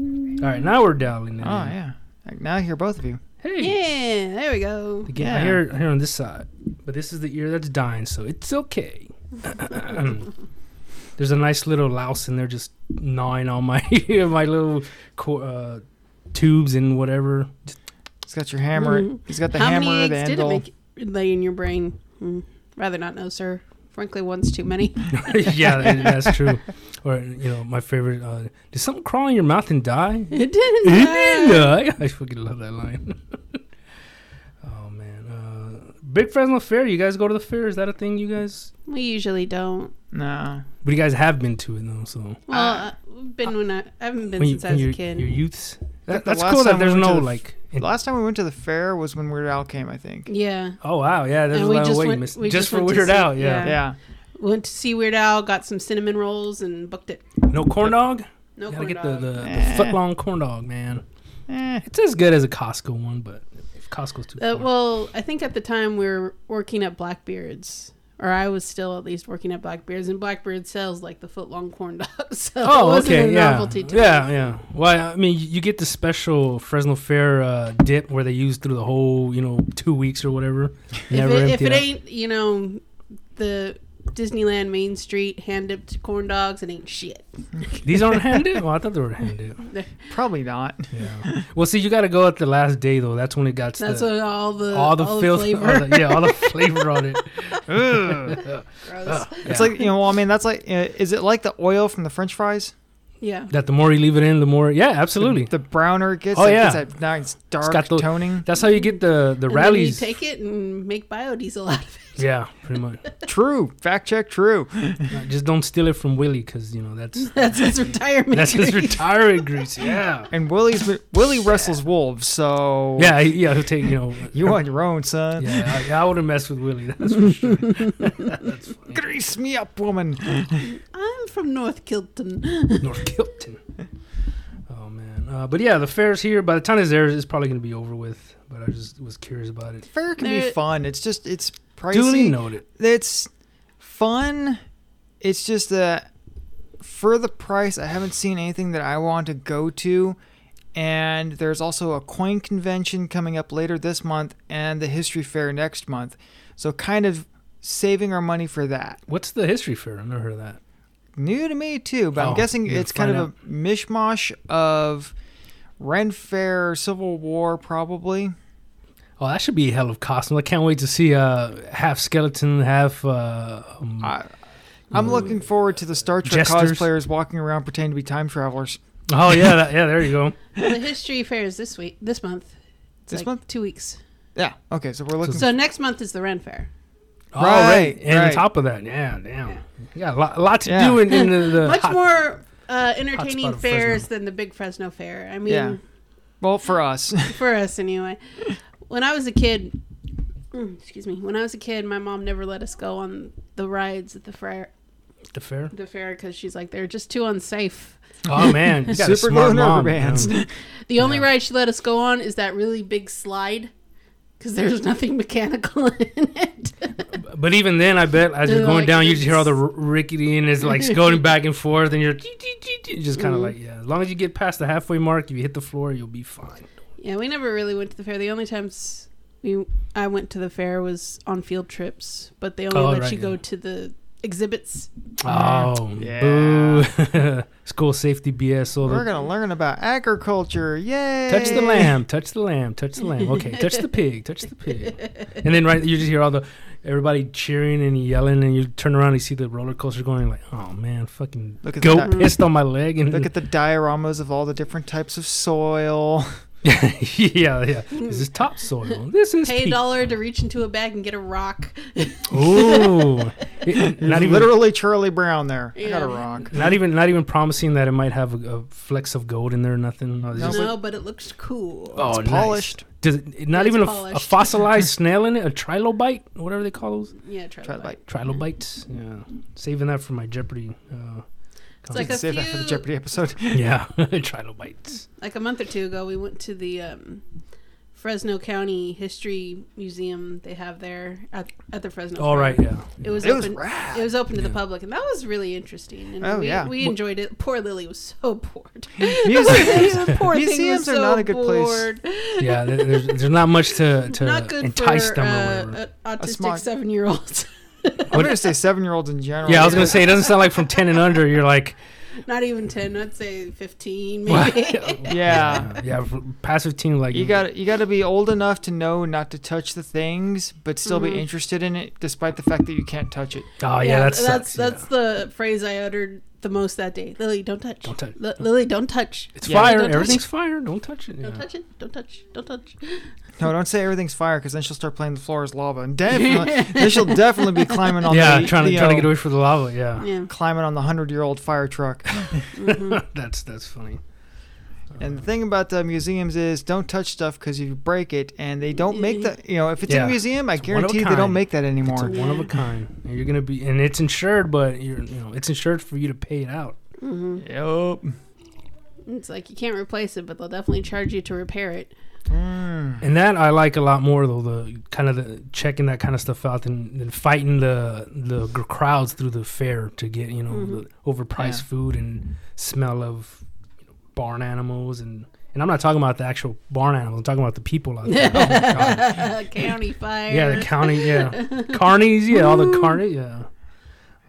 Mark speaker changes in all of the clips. Speaker 1: All right, now we're dialing it.
Speaker 2: Oh
Speaker 1: in.
Speaker 2: yeah. Like, Now I hear both of you.
Speaker 1: Hey.
Speaker 3: Yeah, there we go.
Speaker 1: Again, I
Speaker 2: Yeah.
Speaker 1: hear I hear on this side, but this is the ear that's dying, so it's okay. There's a nice little louse in there just gnawing on my my little co- uh, tubes and whatever.
Speaker 2: He's got your hammer.
Speaker 3: Mhm.
Speaker 2: He's got the
Speaker 3: How many
Speaker 2: hammer, the
Speaker 3: eggs did it
Speaker 2: handle.
Speaker 3: make lay in your brain? Hmm. Rather not know, sir. Frankly, one's too many.
Speaker 1: yeah, that- that's true. Or you know, my favorite. Uh, Did something crawl in your mouth and die?
Speaker 3: It didn't.
Speaker 1: It
Speaker 3: die.
Speaker 1: did die. I fucking love that line. oh man, uh, Big Fresno Fair. You guys go to the fair? Is that a thing? You guys?
Speaker 3: We usually don't.
Speaker 2: no.
Speaker 1: But you guys have been to it though, so.
Speaker 3: Well,
Speaker 2: Uh,
Speaker 3: I've been when I, I haven't been
Speaker 1: Ah. When you-
Speaker 3: since I
Speaker 1: when
Speaker 3: was a
Speaker 1: your-
Speaker 3: kid.
Speaker 1: Your youths. That,
Speaker 2: the
Speaker 1: that's
Speaker 2: last
Speaker 1: cool that
Speaker 2: time we
Speaker 1: there's
Speaker 2: went to
Speaker 1: no
Speaker 2: the
Speaker 1: like. in-
Speaker 2: Last time we went to the fair was when Weird Al came, I think.
Speaker 3: yeah,
Speaker 1: oh wow, yeah, there's a
Speaker 3: And we
Speaker 1: lot of
Speaker 3: just
Speaker 1: way you
Speaker 3: went-
Speaker 1: missed.
Speaker 3: we
Speaker 1: Just,
Speaker 3: just
Speaker 1: for
Speaker 3: went to
Speaker 1: Weird
Speaker 3: see-
Speaker 1: Out, yeah.
Speaker 3: Yeah.
Speaker 2: Yeah.
Speaker 3: went to see Weird Al, got some cinnamon rolls, and booked it.
Speaker 1: No corn dog.
Speaker 3: No
Speaker 1: Gotta
Speaker 3: corn
Speaker 1: get
Speaker 3: dog.
Speaker 1: the the,
Speaker 2: Eh.
Speaker 1: the foot long corn dog, man.
Speaker 2: Eh.
Speaker 1: It's as good as a Costco one, but if Costco's too.
Speaker 3: Uh,
Speaker 1: far.
Speaker 3: well, I think at the time we were working at Blackbeard's, or I was still at least working at Blackbeard's, and Blackbeard sells like the foot long corn dogs. So it
Speaker 1: Oh,
Speaker 3: wasn't
Speaker 1: okay,
Speaker 3: a
Speaker 1: yeah,
Speaker 3: novelty to
Speaker 1: yeah,
Speaker 3: us.
Speaker 1: yeah. Well, I mean, you you get the special Fresno Fair uh, dip where they use through the whole, you know, two weeks or whatever.
Speaker 3: If it, if
Speaker 1: empty
Speaker 3: it
Speaker 1: out.
Speaker 3: ain't, you know, the Disneyland Main Street hand dipped corn dogs, it ain't shit.
Speaker 1: these aren't hand dip. Oh, I thought they were hand dip.
Speaker 2: Probably not.
Speaker 1: Yeah. Well, see, you got to go at the last day though. That's when it got
Speaker 3: That's
Speaker 1: the,
Speaker 3: what all the
Speaker 1: all the filth,
Speaker 3: flavor.
Speaker 1: all the- yeah, all the flavor on it.
Speaker 2: Ugh.
Speaker 3: Gross.
Speaker 2: It's
Speaker 1: Yeah.
Speaker 2: like you know. Well, I mean, that's like. Uh, is it like the oil from the French fries?
Speaker 3: yeah.
Speaker 1: that the more you leave it in, the more. Yeah, absolutely.
Speaker 2: The, the browner it gets.
Speaker 1: Oh,
Speaker 2: it
Speaker 1: yeah.
Speaker 2: Gets that nice dark
Speaker 1: got the-
Speaker 2: toning.
Speaker 1: That's how you get the the
Speaker 3: And then you
Speaker 1: rallies.
Speaker 3: take it and make biodiesel out of it.
Speaker 1: yeah, pretty much.
Speaker 2: True. Fact check. True.
Speaker 1: Uh, Just don't steal it from Willie, because you know that's
Speaker 3: That's his retirement.
Speaker 1: that's his
Speaker 3: drink.
Speaker 1: retirement grease. Yeah.
Speaker 2: And Willie's Willie wrestles wolves, so
Speaker 1: Yeah, he- yeah, he'll take you know.
Speaker 2: you on your own, son.
Speaker 1: Yeah, I, I would have messed with Willie. That's for sure. that's funny.
Speaker 2: Grease me up, woman.
Speaker 3: I'm from North Kilton.
Speaker 1: North Kilton. Oh man, uh, but yeah, the fair's here. By the time it's there, it's probably gonna be over with. But I just was curious about it.
Speaker 2: Fair can be
Speaker 3: There-
Speaker 2: fun. It's just it's pricey.
Speaker 1: Duly noted.
Speaker 2: It's fun. It's just that for the price, I haven't seen anything that I want to go to. And there's also a coin convention coming up later this month and the history fair next month. So kind of saving our money for that.
Speaker 1: What's the history fair? I've never heard of that.
Speaker 2: new to me too, but
Speaker 1: Oh,
Speaker 2: I'm guessing
Speaker 1: you're gonna
Speaker 2: it's kind of
Speaker 1: find
Speaker 2: a mishmash of Ren Fair, Civil War, probably.
Speaker 1: Oh, that should be a hell of a costume. I can't wait to see uh, half skeleton, half uh, um,
Speaker 2: I, I'm looking forward to the Star Trek
Speaker 1: Jesters.
Speaker 2: cosplayers walking around pretending to be time travelers.
Speaker 1: Oh yeah, that, yeah. There you go.
Speaker 3: the history fair is this week, this month. It's
Speaker 2: This
Speaker 3: like
Speaker 2: month?
Speaker 3: two weeks.
Speaker 2: Yeah. Okay, so we're looking.
Speaker 3: So next month is the Ren Fair.
Speaker 1: All right,
Speaker 2: Right,
Speaker 1: and
Speaker 2: right.
Speaker 1: on top of that, yeah, damn, yeah, a lot, a lot to
Speaker 2: Yeah.
Speaker 1: do in, in the, the
Speaker 3: Much
Speaker 1: hot-
Speaker 3: more uh,
Speaker 1: hotspot
Speaker 3: entertaining
Speaker 1: of
Speaker 3: fairs
Speaker 1: Fresno.
Speaker 3: than the big Fresno Fair. I mean,
Speaker 2: Yeah. well, for us,
Speaker 3: for us anyway. When I was a kid, mm, excuse me. When I was a kid, my mom never let us go on the rides at the fair.
Speaker 1: the fair.
Speaker 3: The fair because she's like they're just too unsafe.
Speaker 1: Oh man, you got a
Speaker 2: super
Speaker 1: smart
Speaker 2: glue rubber
Speaker 1: mom,
Speaker 2: bands.
Speaker 1: man.
Speaker 3: The only
Speaker 1: Yeah.
Speaker 3: ride she let us go on is that really big slide because there's nothing mechanical in it.
Speaker 1: But even then, I bet as you're
Speaker 3: They're
Speaker 1: going
Speaker 3: like,
Speaker 1: down, you just hear all the r- rickety and it's like going back and forth, and you're just kind of
Speaker 2: Mm-hmm.
Speaker 1: like, yeah. As long as you get past the halfway mark, if you hit the floor, you'll be fine.
Speaker 3: yeah, we never really went to the fair. The only times we I went to the fair was on field trips, but they only
Speaker 1: Oh,
Speaker 3: let
Speaker 1: right,
Speaker 3: you go
Speaker 1: yeah.
Speaker 3: to the exhibits.
Speaker 1: Oh,
Speaker 2: Yeah.
Speaker 1: boo! School safety BS over.
Speaker 2: we're gonna learn about agriculture. Yay!
Speaker 1: Touch the lamb, touch the lamb, touch the lamb. Okay, touch the pig, touch the pig. And then right, you just hear all the everybody cheering and yelling, and you turn around and you see the roller coaster going. Like, oh man, fucking
Speaker 2: Look at
Speaker 1: goat
Speaker 2: that.
Speaker 1: pissed on my leg, and
Speaker 2: Look at the dioramas of all the different types of soil.
Speaker 1: yeah, yeah. This is topsoil. This is
Speaker 3: Pay a
Speaker 1: peat.
Speaker 3: dollar to reach into a bag and get a rock.
Speaker 1: Ooh, It- not even
Speaker 2: Literally Charlie Brown there. I got a
Speaker 3: Yeah.
Speaker 2: rock.
Speaker 1: not even not even promising that it might have a, a flex of gold in there. or Nothing. No, it's just-
Speaker 3: no, but it looks cool.
Speaker 1: oh, nice.
Speaker 2: polished.
Speaker 1: Does it, not
Speaker 3: It's
Speaker 1: even a, f- a
Speaker 3: polished.
Speaker 1: fossilized snail in it? A trilobite, whatever they call those.
Speaker 3: Yeah, try,
Speaker 2: Try
Speaker 3: that.
Speaker 2: to bite.
Speaker 1: trilobites. Yeah, saving that for my Jeopardy. Uh,
Speaker 3: It's like a
Speaker 2: Save that for the
Speaker 3: few-
Speaker 2: Jeopardy episode.
Speaker 1: yeah, trilobites.
Speaker 3: Like a month or two ago, we went to the um, Fresno County History Museum they have there at, at the Fresno.
Speaker 1: All
Speaker 3: Fair.
Speaker 1: right, yeah.
Speaker 3: It was
Speaker 2: It was
Speaker 3: open.
Speaker 2: rad.
Speaker 3: it was open to the
Speaker 1: Yeah.
Speaker 3: public, and that was really interesting. And
Speaker 2: Oh,
Speaker 3: we,
Speaker 2: yeah.
Speaker 3: we
Speaker 2: Well-
Speaker 3: enjoyed it. Poor Lily was so bored.
Speaker 2: Museums.
Speaker 3: Poor thing was
Speaker 2: Museums are
Speaker 3: so
Speaker 2: not a good place.
Speaker 3: bored.
Speaker 1: yeah. there- There's, there's not much to, to
Speaker 3: Not good
Speaker 1: entice
Speaker 3: for
Speaker 1: them or whatever.
Speaker 3: uh, a- autistic
Speaker 2: smart-
Speaker 3: seven-year-old.
Speaker 2: I'm gonna say seven year olds in
Speaker 3: uh,
Speaker 2: general.
Speaker 1: yeah, I was gonna say it doesn't sound like from ten and under. You're like,
Speaker 3: not even ten. I'd say fifteen,
Speaker 1: Wow.
Speaker 3: maybe.
Speaker 2: Yeah.
Speaker 1: yeah, yeah, for- past fifteen, like
Speaker 2: You got you got to be old enough to know not to touch the things, but still
Speaker 3: Mm-hmm.
Speaker 2: be interested in it, despite the fact that you can't touch it.
Speaker 1: Oh yeah, that's
Speaker 3: that's
Speaker 1: that's
Speaker 3: that's the phrase I uttered the most that day. Lily, don't touch.
Speaker 1: Don't touch.
Speaker 3: Li- Lily, don't touch.
Speaker 1: It's
Speaker 2: Yeah.
Speaker 1: fire.
Speaker 3: Don't touch
Speaker 1: Everything's fire. Don't touch it. Yeah.
Speaker 3: Don't touch it. Don't touch. Don't touch.
Speaker 2: No, don't say everything's fire, because then she'll start playing the floor is lava, and definitely then she'll definitely be climbing on
Speaker 1: yeah,
Speaker 2: the E
Speaker 1: trying to
Speaker 2: you
Speaker 1: trying to
Speaker 2: know,
Speaker 1: get away from the lava. Yeah,
Speaker 3: Yeah. Mm-hmm.
Speaker 2: climbing on the hundred year old fire truck.
Speaker 1: that's that's funny.
Speaker 2: And the thing about the museums is don't touch stuff because you break it, and they don't make the you know if it's in
Speaker 1: Yeah.
Speaker 2: a museum, I
Speaker 1: It's one of a
Speaker 2: guarantee they don't
Speaker 1: kind.
Speaker 2: make that
Speaker 1: It's a
Speaker 2: anymore.
Speaker 1: one of a kind. And you're gonna be, and it's insured, but you're you know it's insured for you to pay it out.
Speaker 3: hmm
Speaker 2: Yup.
Speaker 3: It's like you can't replace it, but they'll definitely charge you to repair it.
Speaker 2: Mm.
Speaker 1: And that I like a lot more though. The kind of the checking that kind of stuff out than, than fighting the the gr- crowds through the fair to get you know
Speaker 3: Mhm.
Speaker 1: the overpriced
Speaker 2: Yeah.
Speaker 1: food and smell of you know, barn animals and. And I'm not talking about the actual barn animals. I'm talking about the people out there. Oh, my God.
Speaker 3: County fire.
Speaker 1: Yeah, the county. Yeah, carnies. Yeah, all the carnies. Yeah,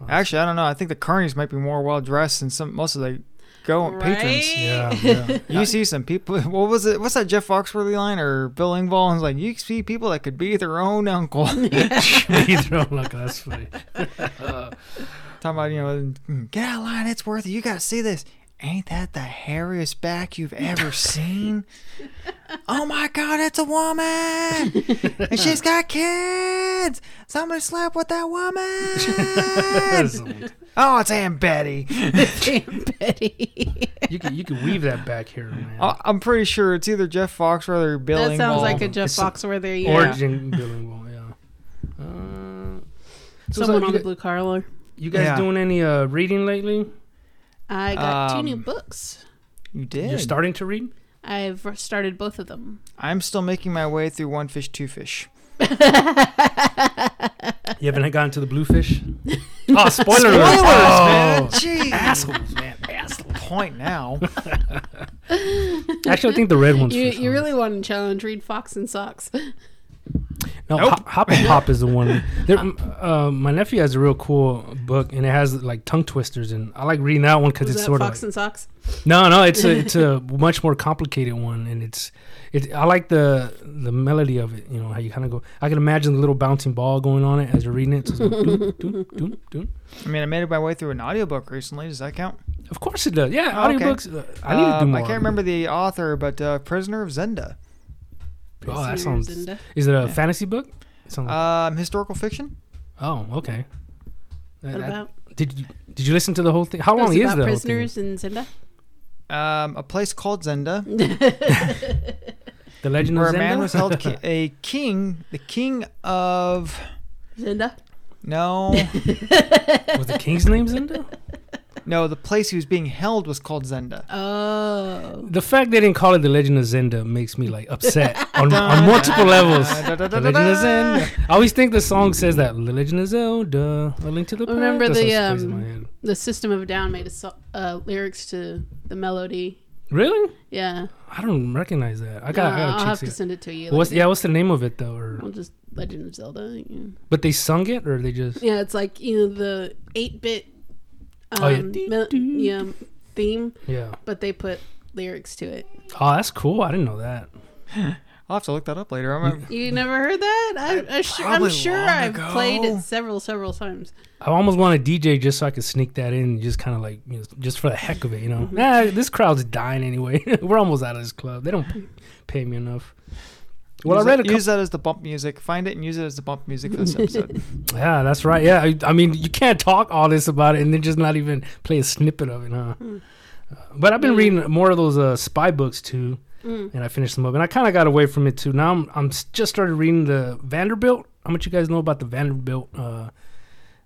Speaker 2: Actually, I don't know. I think the carnies might be more well dressed than some most of the go patrons.
Speaker 3: Right?
Speaker 1: yeah, yeah.
Speaker 2: You see some people. What was it? What's that Jeff Foxworthy line or Bill Engvall? And it's like you see people that could be their own uncle. Talking
Speaker 1: You throw- look, "Oh, that's funny.
Speaker 2: about you know, mm, get out of line. It's worth it. You gotta see this. Ain't that the hairiest back you've ever seen? oh my God, it's a woman, and she's got kids. Somebody slept with that woman. oh, it's Aunt Betty.
Speaker 3: Damn Betty.
Speaker 1: you can you can weave that back here, man.
Speaker 2: I- Oh, I'm pretty sure it's either Jeff Foxworthy or Bill.
Speaker 3: that sounds
Speaker 2: Engvall.
Speaker 3: like a Jeff
Speaker 1: It's-
Speaker 3: Foxworthy. Yeah.
Speaker 1: Or Jim Billingwall, yeah. Uh, so,
Speaker 3: Someone
Speaker 1: so you,
Speaker 3: on the
Speaker 1: gu-
Speaker 3: blue collar.
Speaker 1: you guys
Speaker 2: Yeah.
Speaker 1: doing any uh, reading lately?
Speaker 3: I got two new
Speaker 2: Um,
Speaker 3: books.
Speaker 2: You did.
Speaker 1: You're starting to read?
Speaker 3: I've started both of them.
Speaker 2: I'm still making my way through One Fish, Two Fish.
Speaker 1: You haven't gotten to the bluefish? oh, spoiler
Speaker 2: Spoilers,
Speaker 1: alert!
Speaker 2: man.
Speaker 1: Oh,
Speaker 2: Jeez.
Speaker 1: assholes, man, assholes.
Speaker 2: Point now.
Speaker 1: Oh. Actually, I think the red one's
Speaker 3: You,
Speaker 1: for
Speaker 3: you
Speaker 1: fun.
Speaker 3: really want to challenge Read Fox and Socks.
Speaker 1: No,
Speaker 2: Nope.
Speaker 1: Hop, Hop and Pop is the one. There, uh, my nephew has a real cool book, and it has like tongue twisters, and I like reading that one because
Speaker 3: Was
Speaker 1: it's
Speaker 3: that
Speaker 1: sort of
Speaker 3: Fox and Socks?
Speaker 1: no, no. It's a it's a much more complicated one, and it's it. I like the the melody of it. You know how you kind of go. I can imagine the little bouncing ball going on it as you're reading it. So it's like, doom, doom, doom, doom.
Speaker 2: I mean, I made my way through an audiobook recently. Does that count?
Speaker 1: Of course it does. Yeah,
Speaker 2: Oh, okay.
Speaker 1: audiobooks. uh, I need to do
Speaker 2: Um,
Speaker 1: more.
Speaker 2: I can't remember the author, but uh, Prisoner of Zenda.
Speaker 1: Oh, that
Speaker 3: Prisoners
Speaker 1: sounds.
Speaker 3: and, uh,
Speaker 1: Is it a
Speaker 2: Yeah. Uh,
Speaker 1: fantasy book? It sounds like-
Speaker 2: Um, historical fiction.
Speaker 1: oh, okay. That-
Speaker 3: What
Speaker 1: that-
Speaker 3: about?
Speaker 1: did you did you listen to the whole thing? How
Speaker 3: That
Speaker 1: long
Speaker 3: was
Speaker 1: is the
Speaker 3: about
Speaker 1: whole thing?
Speaker 3: prisoners and Zenda.
Speaker 2: Um, a place called Zenda,
Speaker 1: The Legend
Speaker 2: where
Speaker 1: of
Speaker 2: a
Speaker 1: Zelda.
Speaker 2: man was held ki- a king, the king of
Speaker 3: Zenda.
Speaker 2: no,
Speaker 1: Was the king's name Zenda?
Speaker 2: no. The place he was being held was called Zenda.
Speaker 3: Oh.
Speaker 1: The fact they didn't call it the Legend of Zenda makes me like upset on, on
Speaker 2: Dun,
Speaker 1: multiple
Speaker 2: dun,
Speaker 1: levels.
Speaker 2: dun, dun,
Speaker 1: The
Speaker 2: dun,
Speaker 1: Legend of
Speaker 2: dun.
Speaker 1: Zelda. I always think the song says that. The Legend of Zelda, a link to the past.
Speaker 3: Remember
Speaker 1: That's
Speaker 3: the,
Speaker 1: what plays in
Speaker 3: um,
Speaker 1: my head.
Speaker 3: The System of a Down made a so- uh, lyrics to the melody.
Speaker 1: Really?
Speaker 3: Yeah.
Speaker 1: I don't recognize that. I got.
Speaker 3: Uh,
Speaker 1: I
Speaker 3: I'll
Speaker 1: got
Speaker 3: have
Speaker 1: to
Speaker 3: to
Speaker 1: check it.
Speaker 3: send it to you.
Speaker 1: What's
Speaker 3: later.
Speaker 1: yeah? What's the name of it though? Or
Speaker 3: We'll just Legend of Zelda. Yeah,
Speaker 1: but they sung it or they just
Speaker 3: yeah it's like you know the eight bit. Um,
Speaker 1: Oh, yeah.
Speaker 3: mel- yeah, theme,
Speaker 1: yeah.
Speaker 3: but they put lyrics to it.
Speaker 1: Oh, that's cool. I didn't know that.
Speaker 2: I'll have to look that up later. I'm
Speaker 1: Mm,
Speaker 2: a,
Speaker 3: You never heard that? I, I sure, I'm
Speaker 2: Probably
Speaker 3: sure
Speaker 2: long
Speaker 3: I've
Speaker 2: ago.
Speaker 3: played it several, several times.
Speaker 1: I almost want a DJ just so I could sneak that in, just kind of like you know, just for the heck of it. You know,
Speaker 3: Mm-hmm.
Speaker 1: nah, this crowd's dying anyway. We're almost out of this club. They don't pay me enough. Well,
Speaker 2: use
Speaker 1: I read a
Speaker 2: that,
Speaker 1: couple.
Speaker 2: use that as the bump music. Find it and use it as the bump music for this episode.
Speaker 1: Yeah, that's right. Yeah, I, I mean, you can't talk all this about it and then just not even play a snippet of it, huh? Uh, But I've been
Speaker 3: Mm.
Speaker 1: reading more of those uh, spy books too,
Speaker 3: Mm.
Speaker 1: and I finished them up, and I kind of got away from it too. Now I'm I'm s- just started reading the Vanderbilt. How much you guys know about the Vanderbilt uh,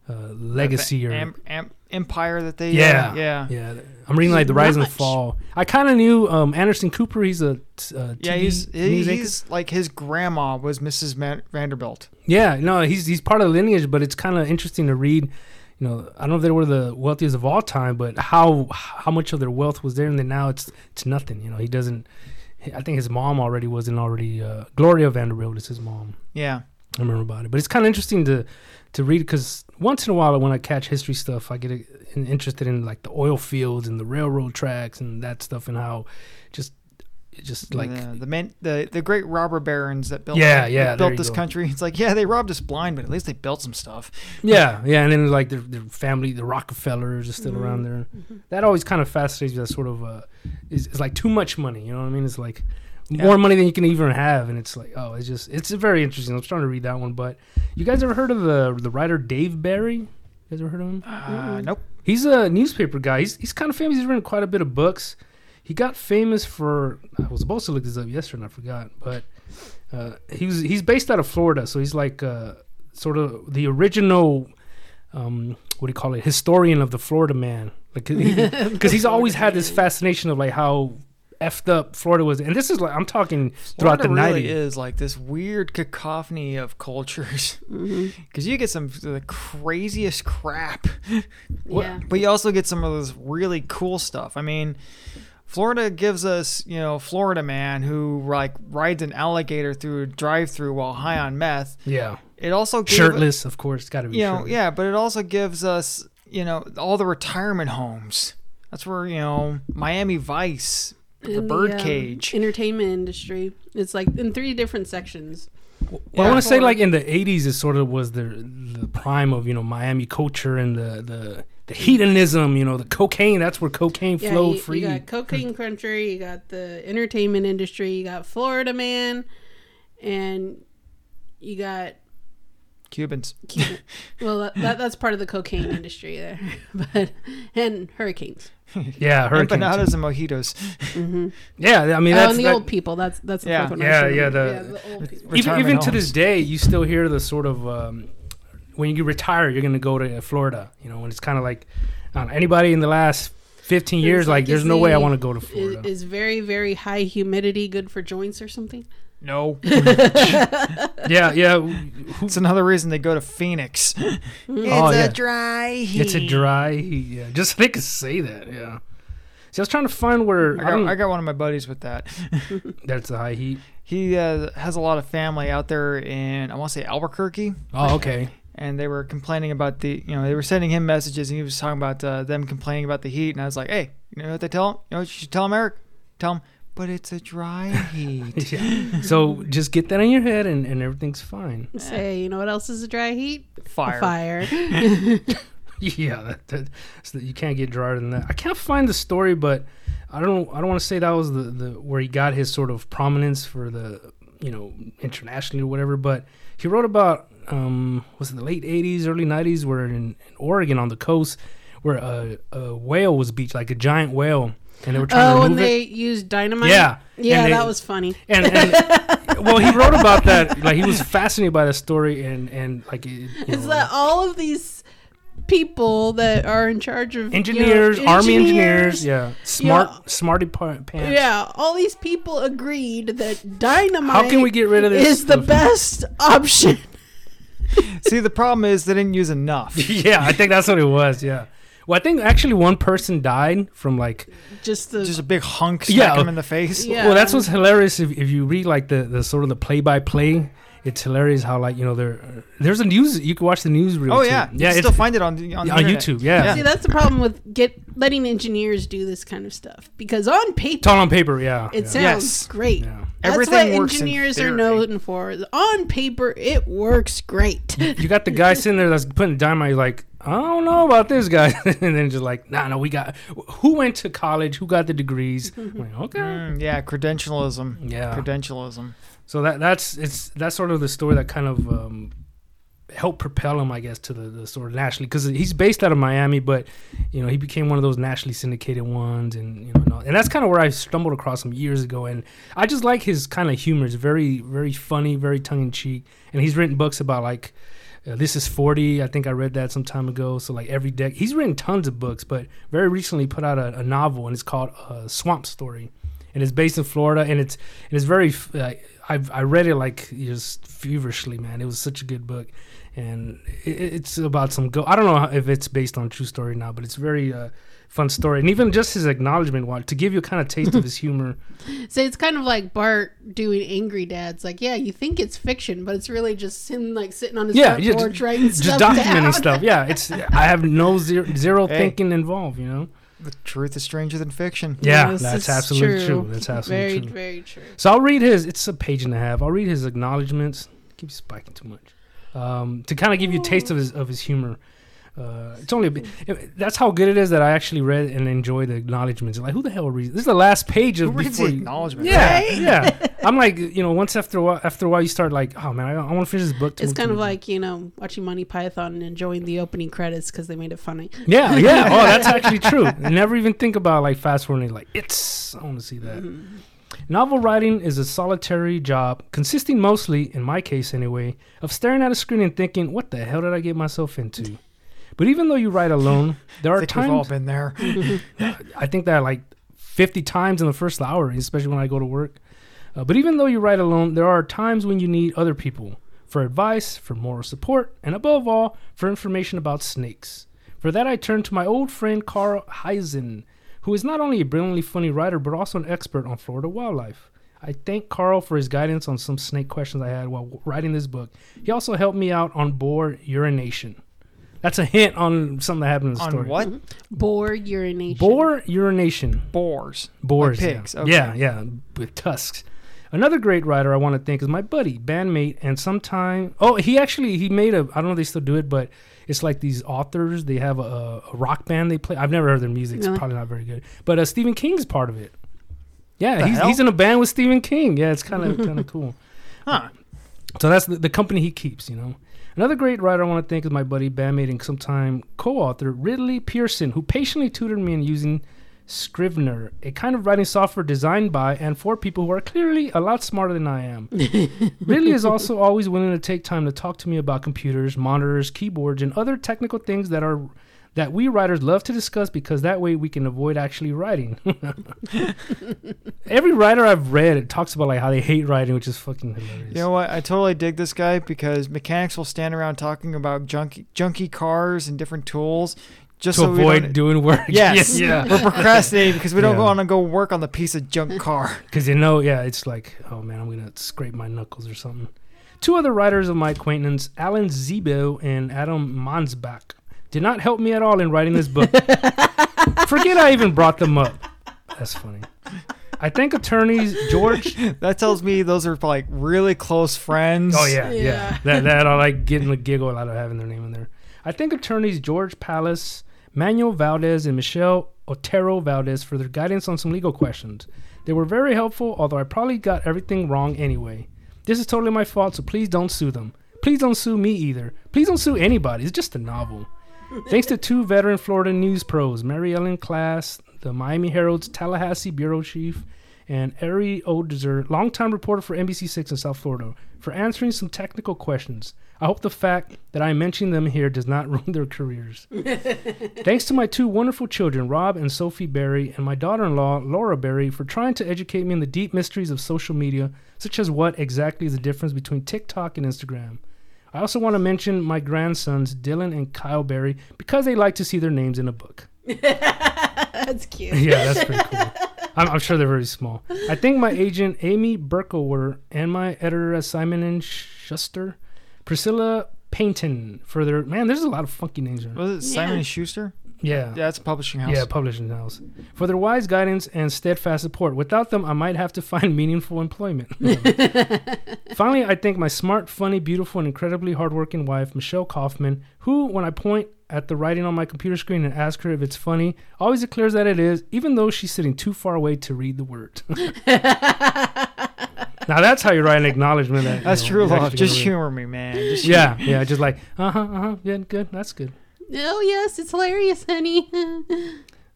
Speaker 1: uh, legacy or
Speaker 2: Am- am- Empire that they uh,
Speaker 1: Yeah.
Speaker 2: yeah
Speaker 1: Yeah, I'm reading like the rise and
Speaker 3: Much.
Speaker 1: fall. I kind of knew um, Anderson Cooper. He's a t- uh, TV
Speaker 2: yeah he's he-
Speaker 1: news anchor.
Speaker 2: he's like his grandma was Mrs. Man- Vanderbilt
Speaker 1: yeah. No, he's he's part of the lineage, but it's kind of interesting to read. You know, I don't know if they were the wealthiest of all time, but how how much of their wealth was there, and then now it's it's nothing. You know, he doesn't. I think his mom already wasn't already uh, Gloria Vanderbilt is his mom.
Speaker 2: yeah
Speaker 1: I remember about it. But it's kind of interesting to to read because once in a while when I catch history stuff, I get uh, interested in like the oil fields and the railroad tracks and that stuff and how just it just like
Speaker 2: the the, man, the the great robber barons that built
Speaker 1: Yeah,
Speaker 2: that
Speaker 1: yeah, there
Speaker 2: built
Speaker 1: you
Speaker 2: this
Speaker 1: go.
Speaker 2: country it's like yeah they robbed us blind but at least they built some stuff
Speaker 1: yeah yeah and then like their, their family the Rockefellers are still
Speaker 3: Mhm.
Speaker 1: around there. That always kind of fascinates me. That sort of uh, is, is like too much money. You know what I mean? It's like
Speaker 2: Yeah.
Speaker 1: more money than you can even have, and it's like oh, it's just it's very interesting. I'm starting to read that one. But you guys ever heard of the the writer Dave Barry? You guys ever heard of him?
Speaker 2: uh,
Speaker 1: Mm-hmm.
Speaker 3: Mm-mm.
Speaker 2: nope
Speaker 1: He's a newspaper guy. He's, he's kind of famous. He's written quite a bit of books. He got famous for I was supposed to look this up yesterday and I forgot, but uh, he was he's based out of Florida, so he's like uh, sort of the original um, what do you call it historian of the Florida man, like because he's always had this fascination of like how effed up Florida was, and this is like I'm talking throughout
Speaker 2: Florida
Speaker 1: the
Speaker 2: really
Speaker 1: 90s.
Speaker 2: is like this weird cacophony of cultures
Speaker 3: hmm
Speaker 2: because you get some of the craziest crap
Speaker 1: What-
Speaker 3: Yeah.
Speaker 2: but you also get some of this really cool stuff. I mean, Florida gives us, you know, Florida man who like rides an alligator through a drive-through while high on meth.
Speaker 1: yeah,
Speaker 2: It also gave,
Speaker 1: shirtless of course, got to be
Speaker 2: you know,
Speaker 1: shirtless.
Speaker 2: yeah, but it also gives us, you know, all the retirement homes. That's where you know Miami Vice, the
Speaker 3: In um,
Speaker 2: birdcage.
Speaker 3: entertainment industry. It's like in three different sections.
Speaker 1: Well,
Speaker 2: Yeah.
Speaker 1: I want to say
Speaker 3: Or-
Speaker 1: like in the '80s, it sort of was the the prime of you know Miami culture and the the, the hedonism. You know, the cocaine. That's where cocaine
Speaker 3: Yeah,
Speaker 1: flowed
Speaker 3: you,
Speaker 1: free.
Speaker 3: you got cocaine country, you got the entertainment industry, you got Florida man, and you got
Speaker 2: Cubans.
Speaker 3: Cuba. well, that- that, that's part of the cocaine industry there, but and hurricanes.
Speaker 1: yeah, hurricane.
Speaker 2: Empanadas and mojitos.
Speaker 3: hmm
Speaker 1: Yeah, I mean
Speaker 3: oh,
Speaker 1: that's
Speaker 3: and the
Speaker 1: that-
Speaker 3: old people. That's that's the
Speaker 2: Yeah.
Speaker 3: fourth one I
Speaker 1: Yeah,
Speaker 3: was
Speaker 1: yeah,
Speaker 3: remembering.
Speaker 1: the-
Speaker 3: yeah, the old people.
Speaker 1: even,
Speaker 2: retirement
Speaker 1: even to this
Speaker 2: homes.
Speaker 1: day, you still hear the sort of um, when you retire, you're going to go to uh, Florida. You know, and it's kind of like I don't know, anybody in the last 15
Speaker 3: It's
Speaker 1: years, like,
Speaker 3: like,
Speaker 1: there's
Speaker 3: is
Speaker 1: no way I
Speaker 3: the-
Speaker 1: want to go to
Speaker 3: Is,
Speaker 1: Florida.
Speaker 3: is very very high humidity good for joints or something?
Speaker 2: No,
Speaker 1: yeah, yeah. Who,
Speaker 2: it's another reason they go to Phoenix. it's
Speaker 1: Oh, yeah.
Speaker 2: dry heat.
Speaker 1: it's a dry. Yeah, just they could say that. Yeah. See, I was trying to find where
Speaker 2: I
Speaker 1: I
Speaker 2: got,
Speaker 1: don't-
Speaker 2: I got one of my buddies with that.
Speaker 1: that's the high heat.
Speaker 2: He uh, has a lot of family out there in I want to say Albuquerque,
Speaker 1: Oh, okay.
Speaker 2: and they were complaining about the you know they were sending him messages, and he was talking about uh, them complaining about the heat, and I was like, hey, you know what they tell him? You know what you should tell him, Eric? Tell him, but it's a dry heat.
Speaker 1: Yeah. So just get that in your head, and, and everything's fine.
Speaker 3: Say, you know what else is a dry heat?
Speaker 2: Fire.
Speaker 3: Fire.
Speaker 1: Yeah, that, that, so that you can't get drier than that. I can't find the story, but I don't. I don't want to say that was the, the where he got his sort of prominence for the you know internationally or whatever. But he wrote about um, was it the late '80s, early '90s, where in, in Oregon on the coast, where a, a whale was beached, like a giant whale, and they were trying
Speaker 3: Oh,
Speaker 1: to
Speaker 3: and
Speaker 1: remove it.
Speaker 3: they used dynamite.
Speaker 1: Yeah,
Speaker 3: yeah,
Speaker 1: and they-
Speaker 3: that was funny.
Speaker 1: and, and well, he wrote about that. Like he was fascinated by the story, and and like it, you
Speaker 3: It's
Speaker 1: know,
Speaker 3: that all of these people that are in charge of you know,
Speaker 1: engineers, army engineers, yeah, smart,
Speaker 3: Yeah.
Speaker 1: smarty pa- pants.
Speaker 3: Yeah, all these people agreed that dynamite
Speaker 1: How can we get rid of this?
Speaker 3: is the best option.
Speaker 2: See, the problem is they didn't use enough.
Speaker 1: yeah, I think that's what it was. Yeah. Well, I think actually one person died from like.
Speaker 3: Just the
Speaker 2: Just a big hunk smack
Speaker 1: Yeah.
Speaker 2: him in the face.
Speaker 3: Yeah.
Speaker 1: Well, that's what's hilarious if, if you read like the, the sort of the play by play. It's hilarious how like you know there there's a news you can watch the news
Speaker 2: Oh yeah,
Speaker 1: yeah
Speaker 2: You can
Speaker 1: it's
Speaker 2: still find it on the- on,
Speaker 1: on,
Speaker 2: the internet.
Speaker 1: YouTube yeah,
Speaker 3: see that's the problem with get letting engineers do this kind of stuff because on
Speaker 1: it's
Speaker 3: paper
Speaker 1: all on paper yeah
Speaker 3: it
Speaker 1: yeah.
Speaker 3: sounds
Speaker 2: Yes.
Speaker 3: great.
Speaker 1: yeah.
Speaker 3: That's
Speaker 2: Everything
Speaker 3: what
Speaker 2: works in
Speaker 3: engineers
Speaker 2: theory.
Speaker 3: are known for. On paper, it works great.
Speaker 1: you got the guy sitting there that's putting dynamite you're like i don't know about this guy and then just like nah no we got who went to college who got the degrees I'm like, okay
Speaker 2: Mm, yeah, credentialism.
Speaker 1: yeah
Speaker 2: Credentialism.
Speaker 1: so that that's it's that's sort of the story that kind of um helped propel him i guess to the, the sort of nationally because he's based out of miami but you know he became one of those nationally syndicated ones and you know and all- and that's kind of where i stumbled across him years ago and i just like his kind of humor it's very very funny very tongue-in-cheek and he's written books about like Uh, this is 40. I think I read that some time ago. So, like, every deck, he's written tons of books, but very recently put out a, a novel, and it's called uh, Swamp Story. And it's based in Florida, and it's and it's very. f- Uh, I've, I read it like just feverishly, man. It was such a good book, and it, it- it's about some go. I don't know if it's based on true story now, but it's very uh, fun story. And even just his acknowledgement, wa- to give you kind of taste of his humor,
Speaker 3: So it's kind of like Bart doing Angry Dads. Like, yeah, you think it's fiction, but it's really just him like sitting on his
Speaker 1: Yeah,
Speaker 3: front
Speaker 1: yeah,
Speaker 3: porch writing
Speaker 1: just
Speaker 3: stuff
Speaker 1: documenting
Speaker 3: down.
Speaker 1: stuff. Yeah, it's I have no zero, zero
Speaker 2: Hey.
Speaker 1: thinking involved. You know.
Speaker 2: The truth is stranger than fiction.
Speaker 1: Yeah,
Speaker 3: Yes,
Speaker 1: that's
Speaker 3: it's
Speaker 1: absolutely
Speaker 3: true.
Speaker 1: true. That's absolutely
Speaker 3: Very,
Speaker 1: true.
Speaker 3: very true.
Speaker 1: So I'll read his. It's a page and a half. I'll read his acknowledgments. Keep spiking too much. Um, to kind of give you a taste of his of his humor. Uh, it's only a bit, that's how good it is that I actually read and enjoy the acknowledgments. Like who the hell reads? This is the last page
Speaker 2: Who
Speaker 1: of
Speaker 2: reads the
Speaker 1: before. You,
Speaker 2: acknowledgement?
Speaker 1: yeah, yeah. I'm like you know once after a while, after a while you start like oh man I, I want to finish this book.
Speaker 3: It's
Speaker 1: to-
Speaker 3: kind of
Speaker 1: to-
Speaker 3: like, you know, watching Monty Python and enjoying the opening credits because they made it funny.
Speaker 1: yeah yeah oh that's actually true. Never even think about like fast forwarding like it's I want to see that.
Speaker 3: Mhm.
Speaker 1: Novel writing is a solitary job consisting mostly, in my case anyway, of staring at a screen and thinking, what the hell did I get myself into? But even though you write alone, there
Speaker 2: I
Speaker 1: are
Speaker 2: think we've all
Speaker 1: times
Speaker 2: been there.
Speaker 1: I think that like 50 times in the first hour, especially when I go to work. Uh, but even though you write alone, there are times when you need other people for advice, for moral support, and above all, for information about snakes. For that, I turn to my old friend Carl Heisen, who is not only a brilliantly funny writer but also an expert on Florida wildlife. I thank Carl for his guidance on some snake questions I had while writing this book. He also helped me out on boar urination. That's a hint on something that happened in the
Speaker 2: On
Speaker 1: story.
Speaker 2: what?
Speaker 3: Boar urination.
Speaker 1: Boar urination.
Speaker 2: Boars.
Speaker 1: Boars.
Speaker 2: Like pigs,
Speaker 1: Yeah.
Speaker 2: okay.
Speaker 1: yeah, yeah, with tusks. Another great writer I want to thank is my buddy, bandmate, and sometime oh he actually he made a I don't know if they still do it, but it's like these authors they have a, a rock band they play. I've never heard their music; it's
Speaker 3: Really?
Speaker 1: probably not very good. But uh, Stephen King's part of it. Yeah,
Speaker 2: The
Speaker 1: he's,
Speaker 2: hell?
Speaker 1: he's in a band with Stephen King. Yeah, it's kind of kind of cool.
Speaker 2: Huh.
Speaker 1: So that's the, the company he keeps, you know. Another great writer I want to thank is my buddy, bandmate, and sometime co author, Ridley Pearson, who patiently tutored me in using Scrivener, a kind of writing software designed by and for people who are clearly a lot smarter than I am. Ridley is also always willing to take time to talk to me about computers, monitors, keyboards, and other technical things that are that we writers love to discuss because that way we can avoid actually writing. Every writer I've read it talks about like how they hate writing, which is fucking hilarious.
Speaker 2: You know what? I totally dig this guy because mechanics will stand around talking about junky, junky cars and different tools just
Speaker 1: to
Speaker 2: so we
Speaker 1: avoid
Speaker 2: don't, e-
Speaker 1: doing work.
Speaker 2: Yes.
Speaker 1: yeah.
Speaker 2: we're procrastinating because we don't
Speaker 1: Yeah.
Speaker 2: want to go work on the piece of junk car.
Speaker 1: Because you know, yeah, it's like, oh man, I'm gonna scrape my knuckles or something. Two other writers of my acquaintance, Alan Zebo and Adam Mansbach, did not help me at all in writing this book. Forget I even brought them up. That's funny. I thank attorneys George.
Speaker 2: That tells me those are like really close friends.
Speaker 1: Oh yeah, yeah.
Speaker 3: Yeah.
Speaker 1: That that I like getting a giggle out of having their name in there. I thank attorneys George Palace, Manuel Valdez, and Michelle Otero Valdez for their guidance on some legal questions. They were very helpful, although I probably got everything wrong anyway. This is totally my fault, so please don't sue them. Please don't sue me either. Please don't sue anybody. It's just a novel. Thanks to two veteran Florida news pros, Mary Ellen Class, the Miami Herald's Tallahassee bureau chief, and Ari Odeser, longtime reporter for NBC6 in South Florida, for answering some technical questions. I hope the fact that I mentioned them here does not ruin their careers. Thanks to my two wonderful children, Rob and Sophie Berry, and my daughter in law, Laura Berry, for trying to educate me in the deep mysteries of social media, such as what exactly is the difference between TikTok and Instagram. I also want to mention my grandsons, Dylan and Kyle Berry, because they like to see their names in a book.
Speaker 3: That's cute.
Speaker 1: yeah, that's pretty cool. I'm, I'm sure they're very small. I think my agent, Amy Berkower, and my editor at Simon and Schuster, Priscilla Payton, for their man. There's a lot of funky names. Here.
Speaker 2: Was it Simon
Speaker 3: Yeah.
Speaker 2: and Schuster?
Speaker 1: Yeah,
Speaker 2: Yeah, it's a publishing house.
Speaker 1: yeah, publishing house for their wise guidance and steadfast support. Without them, I might have to find meaningful employment. Finally, I thank my smart, funny, beautiful, and incredibly hardworking wife, Michelle Kaufman, who, when I point at the writing on my computer screen and ask her if it's funny, always declares that it is, even though she's sitting too far away to read the word.
Speaker 3: Oh,
Speaker 1: now that's how you write an acknowledgement. That, you
Speaker 2: That's
Speaker 1: know,
Speaker 2: true
Speaker 1: is
Speaker 2: love.
Speaker 1: actually
Speaker 2: Just
Speaker 1: gonna
Speaker 2: humor me, man. Just
Speaker 1: read. Yeah, yeah, just like uh huh, uh huh, good, good, that's good.
Speaker 3: Oh, yes, it's hilarious, honey.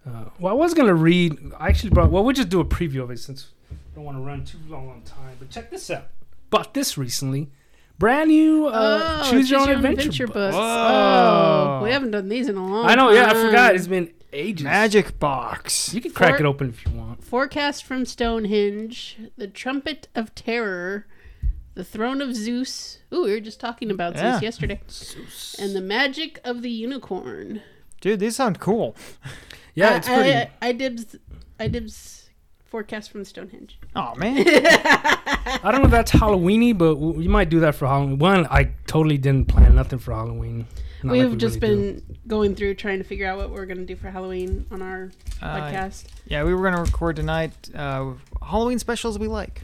Speaker 1: Uh, well, I was gonna read. I actually brought. Well, we'll just do a preview of it since I don't want to run too long on time. But check this out. Bought this recently. brand new uh,
Speaker 3: Oh,
Speaker 1: choose, your own adventure, book.
Speaker 3: books.
Speaker 2: Whoa.
Speaker 3: Oh, we haven't done these in a long.
Speaker 1: I know. Yeah, I forgot.
Speaker 3: time.
Speaker 1: It's been ages.
Speaker 2: Magic box.
Speaker 1: You can crack
Speaker 3: Fort-
Speaker 1: it open if you want.
Speaker 3: Forecast from Stonehenge, The Trumpet of Terror, The Throne of Zeus. Ooh, we were just talking about
Speaker 2: Yeah.
Speaker 3: Zeus yesterday. And The Magic of the Unicorn.
Speaker 2: Dude, these sound cool.
Speaker 1: Yeah,
Speaker 3: I-
Speaker 1: it's pretty.
Speaker 3: I, I dibs. I dibs. Forecast from Stonehenge.
Speaker 2: Oh man.
Speaker 1: I don't know if that's Halloweeny, but w- we might do that for Halloween. One, I totally didn't plan nothing for Halloween. Not like
Speaker 3: We've
Speaker 1: we
Speaker 3: just
Speaker 1: really do.
Speaker 3: been going through trying to figure out what we're gonna do for Halloween on our
Speaker 2: Uh,
Speaker 3: podcast.
Speaker 2: yeah, we were gonna record tonight. Uh, Halloween specials we like.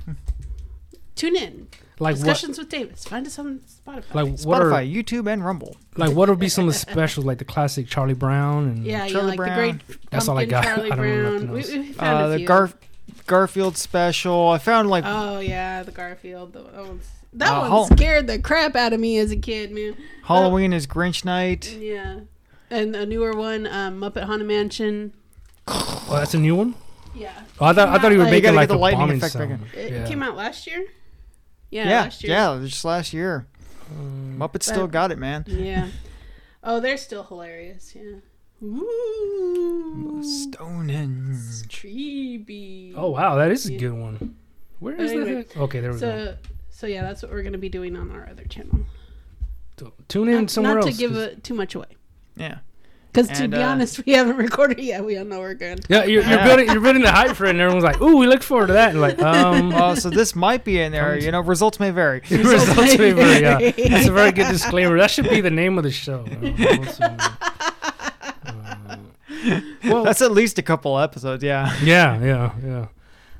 Speaker 3: Tune in.
Speaker 1: like what,
Speaker 3: Discussions with Davis. Find us on Spotify.
Speaker 1: like what are
Speaker 2: Spotify, YouTube, and Rumble.
Speaker 1: like what would be some of the specials like the classic Charlie Brown and
Speaker 3: yeah, yeah,
Speaker 2: Charlie
Speaker 3: like
Speaker 2: Brown.
Speaker 3: the great
Speaker 1: That's all I
Speaker 3: pumpkin
Speaker 1: got.
Speaker 3: Charlie
Speaker 1: I don't know
Speaker 3: Brown.
Speaker 1: nothing
Speaker 3: We,
Speaker 1: else.
Speaker 3: we found
Speaker 2: Uh,
Speaker 3: a
Speaker 2: the
Speaker 3: few.
Speaker 2: Gar- Garfield special. I found like
Speaker 3: Oh yeah, the Garfield. The, that one's, that
Speaker 2: Uh,
Speaker 3: one
Speaker 2: Hol-
Speaker 3: scared the crap out of me as a kid, man.
Speaker 2: Halloween is Grinch night.
Speaker 3: Yeah, and a newer one, um, Muppet Haunted Mansion.
Speaker 1: Oh, that's a new one.
Speaker 3: Yeah,
Speaker 1: Oh, I thought I thought you were
Speaker 3: They
Speaker 1: making
Speaker 2: gotta get
Speaker 1: like
Speaker 2: the
Speaker 1: a
Speaker 2: lightning
Speaker 1: bombing
Speaker 2: effect back
Speaker 1: sound.
Speaker 3: it
Speaker 1: Yeah.
Speaker 3: came out last year. Yeah,
Speaker 2: Yeah, yeah,
Speaker 3: last year.
Speaker 2: just last year.
Speaker 1: Um,
Speaker 2: Muppets still
Speaker 3: But-
Speaker 2: got it, man.
Speaker 3: Yeah. Oh, they're still hilarious. Yeah. Ooh,
Speaker 2: Stonehenge.
Speaker 3: creepy.
Speaker 1: oh wow, that is a
Speaker 3: Yeah.
Speaker 1: good one. Where is
Speaker 3: Anyway.
Speaker 1: that? Okay, there we go.
Speaker 3: So, so yeah, that's what we're gonna be doing on our other channel.
Speaker 1: So Tune in
Speaker 3: not,
Speaker 1: somewhere
Speaker 3: not
Speaker 1: else.
Speaker 3: to give
Speaker 1: 'cause-
Speaker 3: it too much away.
Speaker 2: Yeah.
Speaker 3: Because to
Speaker 2: And,
Speaker 3: be
Speaker 2: uh,
Speaker 3: honest, we haven't recorded yet. We don't know we're good.
Speaker 1: yeah, you're, you're
Speaker 2: Yeah.
Speaker 1: building you're building the hype for it, and everyone's like, "Ooh, we look forward to that." And like, um,
Speaker 2: Oh, so this might be in there. You know, results may vary.
Speaker 1: results may vary, yeah. That's a very good disclaimer. That should be the name of the show. Results may vary. Uh, well,
Speaker 2: That's at least a couple episodes. Yeah.
Speaker 1: yeah, yeah, yeah.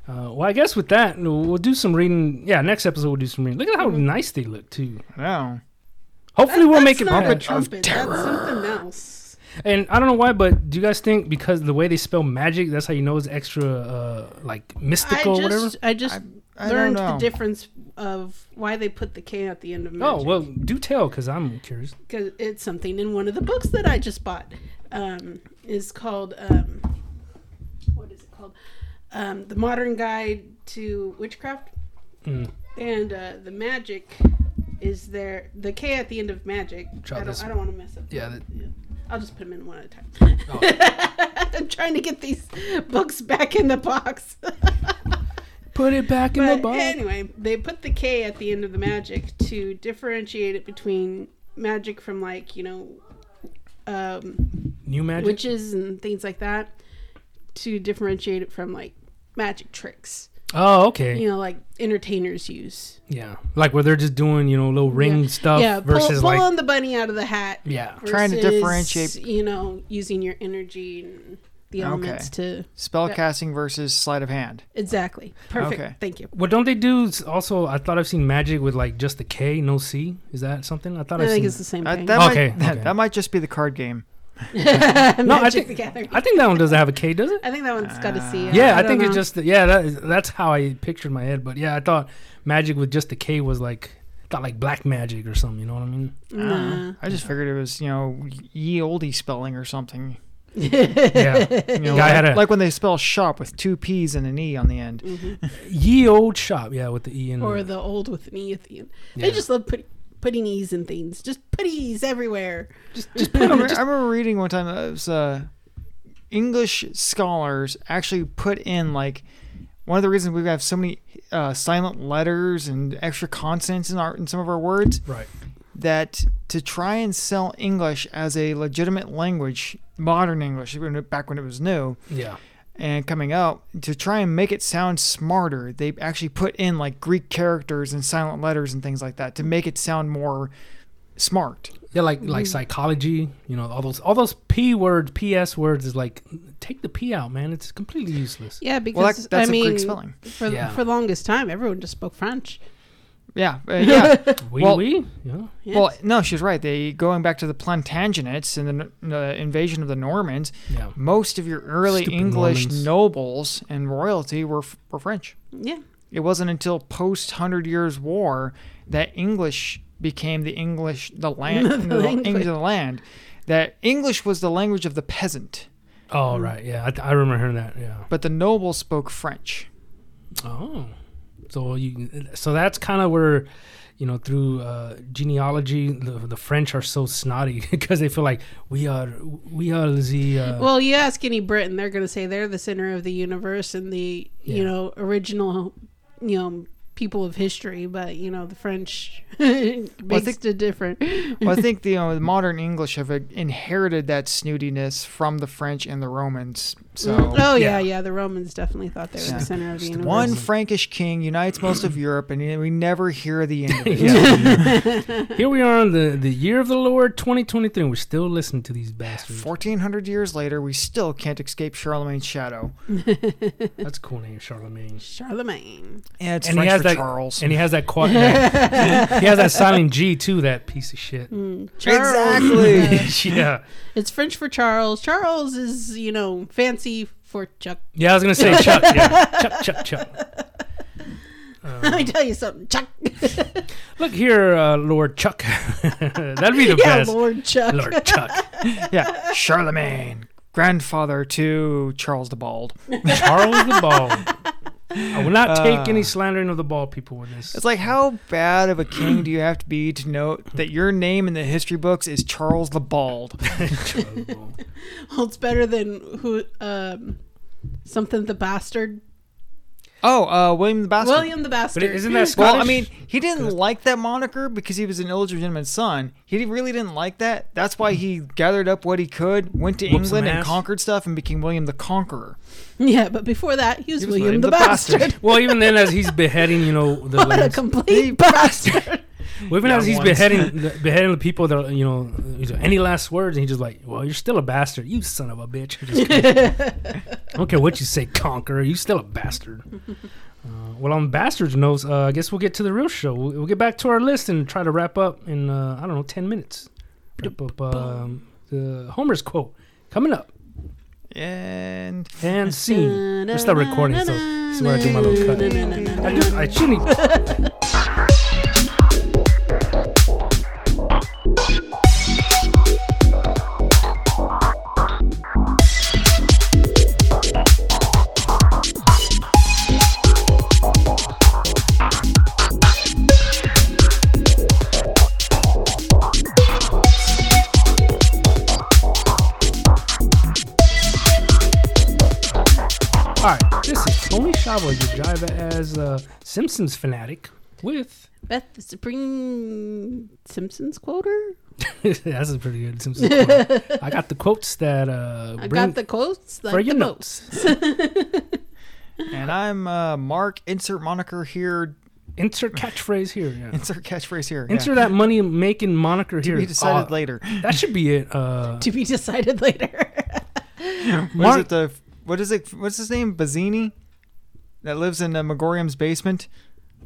Speaker 1: Uh, well, I guess with that, we'll do some reading. Yeah, next episode we'll do some reading. Look at
Speaker 3: Mm-hmm.
Speaker 1: how nice they look too.
Speaker 2: No.
Speaker 1: Hopefully, we'll
Speaker 3: That's
Speaker 1: make it.
Speaker 3: not a
Speaker 1: better.
Speaker 3: trumpet. That's something else.
Speaker 1: And I don't know why, but do you guys think because the way they spell magic, that's how you know it's extra, uh, like
Speaker 3: I
Speaker 1: mystical,
Speaker 3: just,
Speaker 1: or whatever?
Speaker 3: I just
Speaker 2: I
Speaker 3: learned
Speaker 2: don't know.
Speaker 3: the difference of why they put the K at the end of magic.
Speaker 1: Oh well, do tell, cause I'm curious.
Speaker 3: because it's something in one of the books that I just bought. Um, is called um, what is it called? Um, the Modern Guide to Witchcraft,
Speaker 1: Mm.
Speaker 3: and uh, the magic is there. The K at the end of magic.
Speaker 1: Try
Speaker 3: I
Speaker 1: this
Speaker 3: don't, I don't want to mess up.
Speaker 1: Yeah, that-
Speaker 3: I'll just put them in one at a time.
Speaker 1: Oh.
Speaker 3: I'm trying to get these books back in the box.
Speaker 1: Put it back in the
Speaker 3: But
Speaker 1: box.
Speaker 3: anyway, they put the K at the end of the magic to differentiate it between magic from like you know um,
Speaker 1: New magic.
Speaker 3: witches and things like that to differentiate it from like magic tricks
Speaker 1: oh okay.
Speaker 3: you know like entertainers use
Speaker 1: Yeah, like where they're just doing you know little ring stuff
Speaker 3: yeah pull,
Speaker 1: versus
Speaker 3: pulling
Speaker 1: like
Speaker 3: the bunny out of the hat
Speaker 1: yeah.
Speaker 2: Trying to
Speaker 3: versus,
Speaker 2: differentiate-
Speaker 3: you know using your energy and the
Speaker 2: Okay.
Speaker 3: elements to
Speaker 2: Spellcasting versus sleight of hand.
Speaker 3: exactly perfect
Speaker 2: Okay.
Speaker 3: thank you
Speaker 1: Well, don't they do s- also? I thought I've seen magic with like just the K, no C. Is that something? I thought
Speaker 3: i
Speaker 1: I've
Speaker 3: think
Speaker 1: seen.
Speaker 3: it's the same
Speaker 2: Uh,
Speaker 3: thing
Speaker 2: that,
Speaker 1: Okay,
Speaker 2: might, that,
Speaker 1: okay.
Speaker 2: that might just be the card game.
Speaker 1: no, I
Speaker 3: Magic
Speaker 1: think
Speaker 3: the Gathering.
Speaker 1: I think that one doesn't have a K, does it?
Speaker 3: I think that one's got to see.
Speaker 2: Uh,
Speaker 3: it.
Speaker 1: Yeah, I,
Speaker 3: don't
Speaker 1: think it's
Speaker 3: know.
Speaker 1: just yeah. That is, that's how I pictured in my head. But yeah, I thought magic with just the K was like thought like black magic or something. You know what I mean?
Speaker 2: I don't know.
Speaker 3: Nah.
Speaker 2: I just figured it was, you know, ye oldie spelling or something.
Speaker 1: Yeah,
Speaker 2: You know,
Speaker 1: Guy
Speaker 2: like,
Speaker 1: had a-
Speaker 2: like when they spell shop with two P's and an E on the end.
Speaker 1: ye old shop. Yeah, with the E and
Speaker 3: Or the old with an E at the end.
Speaker 1: Yeah.
Speaker 3: They just love put, putting E's in things. Just put E's everywhere.
Speaker 1: just
Speaker 2: I
Speaker 1: put 'em
Speaker 2: remember,
Speaker 1: just
Speaker 2: I remember reading one time that it was uh, English scholars actually put in like one of the reasons we have so many uh, silent letters and extra consonants in our in some of our words
Speaker 1: right.
Speaker 2: that to try and sell English as a legitimate language, modern English, when it- back when it was new
Speaker 1: Yeah,
Speaker 2: and coming out, to try and make it sound smarter, they actually put in like Greek characters and silent letters and things like that to make it sound more smart.
Speaker 1: yeah, like like
Speaker 3: Mm-hmm.
Speaker 1: psychology. You know, all those all those P words, PS words is like take the P out, man. It's completely useless.
Speaker 3: Yeah, because
Speaker 2: Well, that,
Speaker 3: I
Speaker 2: that's a
Speaker 3: mean,
Speaker 2: Greek spelling.
Speaker 3: for
Speaker 1: Yeah.
Speaker 3: for longest time, everyone just spoke French.
Speaker 2: Yeah, uh, yeah.
Speaker 1: We
Speaker 2: Well-
Speaker 1: we yeah.
Speaker 3: Yes.
Speaker 2: well, no, she's right. They going back to the Plantagenets and the, N- the invasion of the Normans.
Speaker 1: Yeah.
Speaker 2: Most of your early
Speaker 1: Stupid
Speaker 2: English
Speaker 1: Normans.
Speaker 2: nobles and royalty were f- were French.
Speaker 3: yeah,
Speaker 2: It wasn't until post Hundred Years' War that English became the English the land
Speaker 3: The
Speaker 2: the
Speaker 3: language.
Speaker 2: English of the land. That English was the language of the peasant,
Speaker 3: Mm.
Speaker 1: Oh right, yeah, I, I remember hearing that. Yeah.
Speaker 2: but the nobles spoke French.
Speaker 1: Oh, So you, so that's kind of where, you know, through uh, genealogy, the, the French are so snotty because they feel like we are we are the uh,
Speaker 3: Well, you ask any Briton, they're going to say they're the center of the universe and the
Speaker 1: Yeah.
Speaker 3: you know original you know people of history. But you know the French makes
Speaker 2: think-
Speaker 3: it different.
Speaker 2: well, I think the, you know, the modern English have uh, inherited that snootiness from the French and the Romans. So
Speaker 3: oh yeah,
Speaker 1: yeah.
Speaker 3: yeah, The Romans definitely thought they were
Speaker 2: Yeah.
Speaker 3: the center of the universe.
Speaker 2: one Frankish king unites most of Europe, and we never hear the end of it.
Speaker 1: yeah. Here we are on the, the year of the Lord 2023, and we're still listening to these bastards.
Speaker 2: 1400 years later, we still can't escape Charlemagne's shadow.
Speaker 1: That's a cool name, Charlemagne.
Speaker 3: Charlemagne.
Speaker 2: And it's
Speaker 1: And he
Speaker 2: French
Speaker 1: has
Speaker 2: for
Speaker 1: that-
Speaker 2: Charles.
Speaker 1: And he has that quiet. he has that silent G too. That piece of shit.
Speaker 3: Mm,
Speaker 2: Exactly.
Speaker 1: yeah,
Speaker 3: it's French for Charles. Charles is you know fancy for Chuck.
Speaker 1: yeah. I was gonna say Chuck. Yeah, Chuck, Chuck, Chuck.
Speaker 3: Let
Speaker 1: Uh,
Speaker 3: me tell you something, Chuck.
Speaker 1: look here, uh, Lord Chuck. That'd be the
Speaker 3: yeah,
Speaker 1: best,
Speaker 3: Lord Chuck.
Speaker 1: Lord Chuck.
Speaker 2: yeah, Charlemagne, grandfather to Charles the Bald.
Speaker 1: Charles the Ball. I will not take
Speaker 2: Uh.
Speaker 1: any slandering of the ball people with this.
Speaker 2: It's like, how bad of a king do you have to be to note that your name in the history books is Charles the Bald?
Speaker 1: Charles the Ball.
Speaker 3: Well, it's better than who um something the bastard.
Speaker 2: Oh, uh, William the Bastard.
Speaker 3: William the
Speaker 1: But
Speaker 3: bastard.
Speaker 1: isn't that Scottish?
Speaker 2: Well, I mean, he didn't like that moniker because he was an illegitimate son. He really didn't like that. That's why he gathered up what he could, went to
Speaker 1: Whooped some
Speaker 2: England and
Speaker 1: ass.
Speaker 2: conquered stuff, and became William the Conqueror.
Speaker 3: Yeah, but before that, he was,
Speaker 2: He was
Speaker 3: William,
Speaker 2: William
Speaker 3: the,
Speaker 2: the
Speaker 3: Bastard.
Speaker 2: Bastard.
Speaker 1: Well, even then, as he's beheading, you know, the
Speaker 3: What a
Speaker 1: lambs-
Speaker 2: He
Speaker 3: complete bastard!
Speaker 1: well, even
Speaker 2: Yeah,
Speaker 1: as he's
Speaker 2: once.
Speaker 1: beheading, the, beheading the people that are, you know, he's like, any last words, and he's just like, "Well, you're still a bastard, you son of a bitch." He just goes- I don't care what you say, conqueror, you still a bastard. Uh, well, on bastards notes, uh, I guess we'll get to the real show. We'll, we'll get back to our list and try to wrap up in uh, I don't know ten minutes. Wrap up um, the Homer's quote coming up
Speaker 2: And
Speaker 1: and scene. We're still recording, so this is where I do my little cut. I just I shouldn't. All right, this is Tony Shava, your jive as a Simpsons fanatic with.
Speaker 3: Beth the Supreme Simpsons quoter.
Speaker 1: That's a pretty good Simpsons quote. I got the quotes that uh,
Speaker 3: I
Speaker 1: bring-
Speaker 3: got the quotes. Like
Speaker 1: for your
Speaker 3: the
Speaker 1: notes.
Speaker 2: and I'm uh, Mark. Insert moniker here.
Speaker 1: Insert catchphrase here. Yeah.
Speaker 2: Insert catchphrase here. yeah.
Speaker 1: Insert that money making moniker
Speaker 2: To
Speaker 1: here.
Speaker 2: be decided
Speaker 1: Oh,
Speaker 2: later.
Speaker 1: That should be it. Uh,
Speaker 3: To be decided later.
Speaker 2: What
Speaker 1: Mark-
Speaker 2: is it? The what is it? What's his name? Bazzini, that lives in uh, Megorium's basement.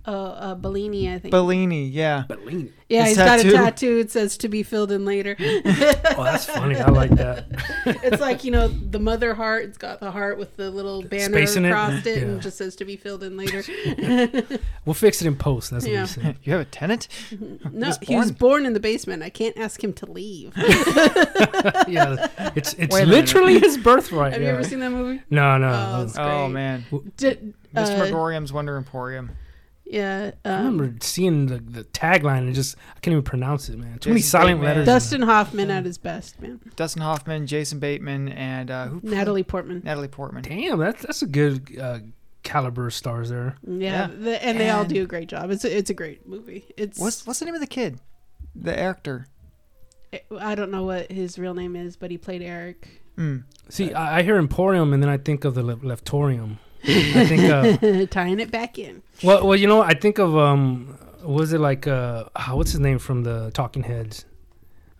Speaker 3: Oh, uh, Bellini, I think.
Speaker 2: Bellini, yeah.
Speaker 1: Bellini.
Speaker 3: yeah,
Speaker 2: his
Speaker 3: he's got a
Speaker 2: tattoo.
Speaker 3: tattoo. It says to be filled in later.
Speaker 1: Oh, that's funny. I like that.
Speaker 3: it's like you know the mother heart. It's got the heart with the little banner
Speaker 1: Space in it.
Speaker 3: across it, and
Speaker 1: Yeah.
Speaker 3: it just says to be filled in later.
Speaker 1: We'll fix it in post. That's what
Speaker 3: Yeah.
Speaker 1: we said.
Speaker 2: You have a tenant?
Speaker 3: No,
Speaker 2: was
Speaker 3: he was
Speaker 2: born-
Speaker 3: born in the basement. I can't ask him to leave.
Speaker 1: Yeah, it's it's
Speaker 2: Wait a minute.
Speaker 1: literally his birthright.
Speaker 3: Have
Speaker 1: yeah.
Speaker 3: you ever seen that movie?
Speaker 1: no, no.
Speaker 3: Oh,
Speaker 1: no.
Speaker 3: it's
Speaker 2: Oh
Speaker 3: great.
Speaker 2: man,
Speaker 3: Did,
Speaker 2: Mr.
Speaker 3: uh,
Speaker 2: Megorium's Wonder Emporium.
Speaker 3: yeah.
Speaker 1: I
Speaker 3: Um,
Speaker 1: remember seeing the, the tagline and just I can't even pronounce it, man. Too many
Speaker 2: Jason
Speaker 1: silent
Speaker 2: Bateman.
Speaker 1: letters. in
Speaker 3: Dustin Hoffman at his best, man.
Speaker 2: Dustin Hoffman, Jason Bateman, and uh, who? played-
Speaker 3: Natalie Portman.
Speaker 2: Natalie Portman.
Speaker 1: Damn, that's that's a good uh, caliber of stars there.
Speaker 2: Yeah.
Speaker 3: Yeah, The, and they all
Speaker 2: And-
Speaker 3: do a great job. It's a, it's a great movie. It's
Speaker 2: What's what's the name of the kid? The actor.
Speaker 3: I don't know what his real name is, but he played Eric.
Speaker 2: Mm.
Speaker 1: See, I, I hear Emporium and then I think of the le- Leftorium. I think, uh,
Speaker 3: Tying it back in.
Speaker 1: well, well, you know, I think of um, was it like uh, ah, what's his name from the Talking Heads,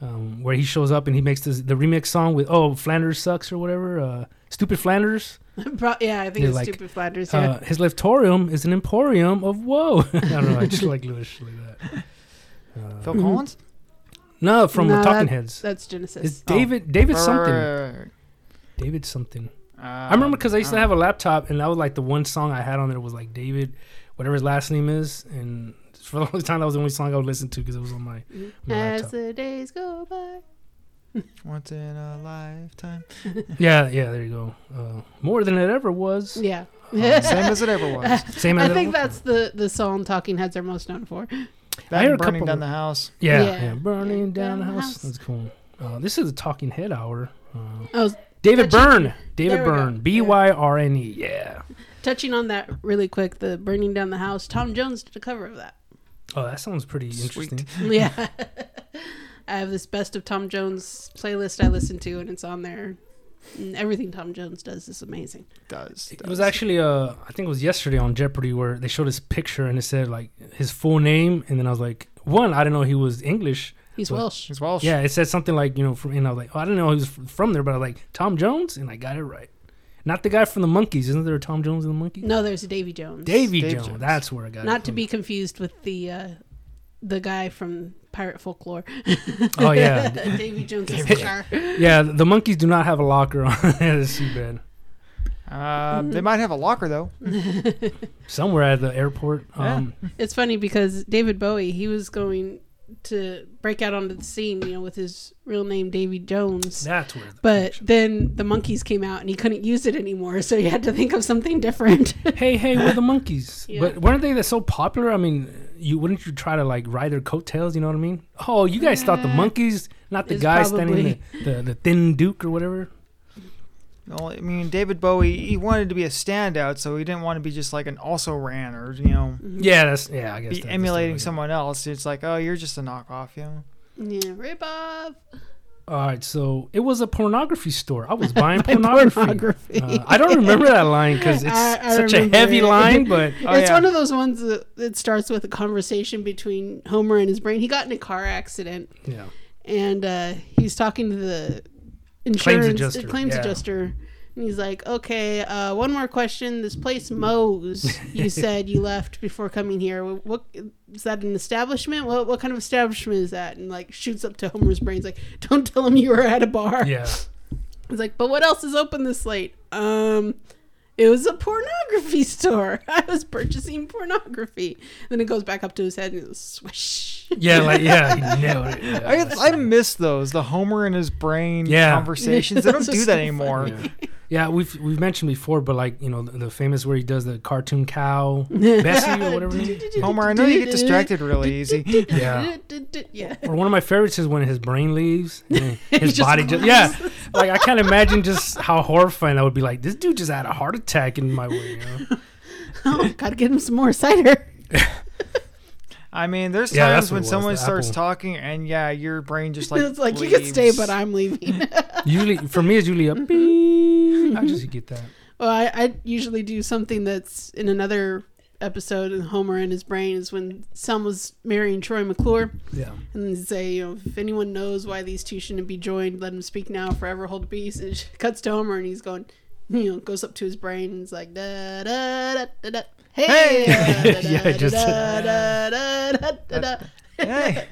Speaker 1: um, where he shows up and he makes this, the remix song with oh Flanders sucks or whatever, uh, stupid Flanders.
Speaker 3: Pro- yeah, I think
Speaker 1: You're
Speaker 3: it's
Speaker 1: like,
Speaker 3: Stupid Flanders. Yeah.
Speaker 1: Uh, his Leftorium is an Emporium of woe. I don't know, I just like little shit like that. Uh,
Speaker 2: Phil
Speaker 3: Mhm.
Speaker 2: Collins.
Speaker 1: no, from
Speaker 3: No,
Speaker 1: the Talking
Speaker 3: that-
Speaker 1: Heads.
Speaker 3: That's
Speaker 1: It's
Speaker 3: Genesis.
Speaker 2: Oh.
Speaker 1: David David
Speaker 2: Right,
Speaker 1: something.
Speaker 2: right, right, right,
Speaker 1: David something.
Speaker 2: right.
Speaker 1: I remember because I
Speaker 2: Um,
Speaker 1: used to have a laptop, and that was like the one song I had on there was like David, whatever his last name is, and for the longest time that was the only song I would listen to because it was on my. my
Speaker 3: Mm-hmm. As
Speaker 1: laptop.
Speaker 3: the days go by.
Speaker 2: Once in a lifetime.
Speaker 1: Yeah, yeah, there you go. Uh, more than it ever was.
Speaker 3: Yeah.
Speaker 2: Same as it ever was.
Speaker 1: Same.
Speaker 3: I
Speaker 1: as
Speaker 3: think that's the the song Talking Heads are most known for.
Speaker 2: That
Speaker 1: heard a
Speaker 2: and burning
Speaker 1: couple-
Speaker 2: down the house.
Speaker 1: Yeah,
Speaker 3: Yeah.
Speaker 1: yeah. Burning down the
Speaker 3: Down the
Speaker 1: house.
Speaker 3: house.
Speaker 1: That's cool. Uh, this is the Talking Head Hour. Uh,
Speaker 3: I was
Speaker 1: David
Speaker 3: Touching-
Speaker 1: Byrne. David
Speaker 3: There we go.
Speaker 1: Byrne.
Speaker 3: Yeah.
Speaker 1: B Y R N E. Yeah.
Speaker 3: touching on that really quick. The burning down the house. Tom Jones did a cover of that.
Speaker 1: Oh, that sounds pretty
Speaker 2: Sweet.
Speaker 1: interesting.
Speaker 3: Yeah. I have this best of Tom Jones playlist I listen to, and it's on there. And everything Tom Jones does is amazing.
Speaker 2: Does,
Speaker 1: It was actually, uh, I think it was yesterday on Jeopardy where they showed his picture and it said like his full name, and then I was like, one, I didn't know he was English.
Speaker 3: He's
Speaker 1: Well,
Speaker 3: Welsh.
Speaker 2: as well.
Speaker 1: Yeah, it said something like you know, from, and I was like, oh, I didn't know he was fr- from there, but I was like Tom Jones, and I got it right. Not the guy from the Monkeys, isn't there? A Tom Jones and the Monkeys.
Speaker 3: No, there's Davy Jones.
Speaker 1: Davy
Speaker 2: Dave
Speaker 1: Jones.
Speaker 2: Jones.
Speaker 1: That's where I got it.
Speaker 3: Not to
Speaker 1: from.
Speaker 3: be confused with the uh, the guy from Pirate Folklore.
Speaker 1: Oh yeah,
Speaker 3: Davy Jones is
Speaker 2: Davy
Speaker 3: the car.
Speaker 1: yeah. The monkeys do not have a locker on the seabed.
Speaker 2: Uh, they might have a locker though.
Speaker 1: Somewhere at the airport. Um,
Speaker 3: It's funny because David Bowie, he was going to break out onto the scene, you know, with his real name Davy Jones.
Speaker 1: That's where. The
Speaker 3: But then the monkeys came out and he couldn't use it anymore, so he had to think of something different.
Speaker 1: hey, hey, we're the monkeys.
Speaker 3: Yeah.
Speaker 1: But weren't they that so popular? I mean, you wouldn't you try to like ride their coattails? You know what I mean? Oh, you guys thought the monkeys, not the
Speaker 3: It's
Speaker 1: guy standing
Speaker 3: probably-
Speaker 1: the, the the thin Duke or whatever.
Speaker 2: Well, I mean, David Bowie, he wanted to be a standout, so he didn't want to be just like an also ran or you know
Speaker 3: Mm-hmm.
Speaker 1: Yeah, Mm-hmm. that's yeah. I guess
Speaker 2: be
Speaker 1: that- that's
Speaker 2: emulating
Speaker 1: the way to go.
Speaker 2: someone else. It's like, oh, you're just a knockoff, you know.
Speaker 3: yeah, rip off.
Speaker 1: All right, so it was a pornography store. I was buying pornography.
Speaker 3: pornography.
Speaker 1: Uh, I don't remember that line because it's
Speaker 3: I- I
Speaker 1: such a
Speaker 3: remember
Speaker 1: heavy
Speaker 3: it.
Speaker 1: line, but uh,
Speaker 2: Oh,
Speaker 3: it's
Speaker 2: yeah.
Speaker 3: one of those ones that it starts with a conversation between Homer and his brain. He got in a car accident
Speaker 1: yeah.
Speaker 3: and uh, he's talking to the insurance uh, claims adjuster,
Speaker 1: adjuster, yeah.
Speaker 3: and he's like, "Okay, uh, one more question. This place mows. You said you left before coming here. What, what is that? An establishment? What what kind of establishment is that?" And like shoots up to Homer's brains, like, "Don't tell him you were at a bar."
Speaker 1: Yeah.
Speaker 3: He's like, "But what else is open this late?" Um. It was a pornography store. I was purchasing pornography. Then it goes back up to his head and it was swish.
Speaker 1: Yeah, like yeah, he nailed it. Yeah,
Speaker 2: I,
Speaker 1: that's-
Speaker 2: I miss those the Homer and his brain
Speaker 1: Yeah.
Speaker 2: conversations. They don't
Speaker 3: Those are
Speaker 2: do
Speaker 3: so
Speaker 2: that anymore.
Speaker 1: yeah. Yeah, we've we've mentioned before, but like you know the, the famous where he does the cartoon cow Bessie or whatever. it is.
Speaker 2: Homer, I know you get distracted really easy.
Speaker 1: Yeah.
Speaker 3: Yeah.
Speaker 1: Or one of my favorites is when his brain leaves, and his
Speaker 3: just
Speaker 1: body just yeah. Like I can't imagine just how horrifying that would be. Like this dude just had a heart attack in my way. You know?
Speaker 3: Oh, gotta get him some more cider.
Speaker 2: I mean, there's
Speaker 1: Yeah, that's
Speaker 2: times
Speaker 1: what it
Speaker 2: when
Speaker 1: was,
Speaker 2: someone
Speaker 1: the
Speaker 2: starts
Speaker 1: apple.
Speaker 2: talking, and yeah, your brain just like
Speaker 3: it's like you can stay,
Speaker 2: leaves.
Speaker 3: but I'm leaving.
Speaker 1: Usually for me it's usually a beep. I just get that.
Speaker 3: well, I, I usually do something that's in another episode of Homer and his brain is when Selma's marrying Troy McClure
Speaker 1: Yeah.
Speaker 3: and they say, you know, if anyone knows why these two shouldn't be joined, let him speak now, forever hold peace. And it cuts to Homer and he's going, you know, goes up to his brain and it's like da da da da. da. Hey,
Speaker 1: Hey!
Speaker 3: da,
Speaker 1: Yeah,
Speaker 3: da,
Speaker 1: just-
Speaker 3: da, da, da, da, da, da.
Speaker 2: Hey.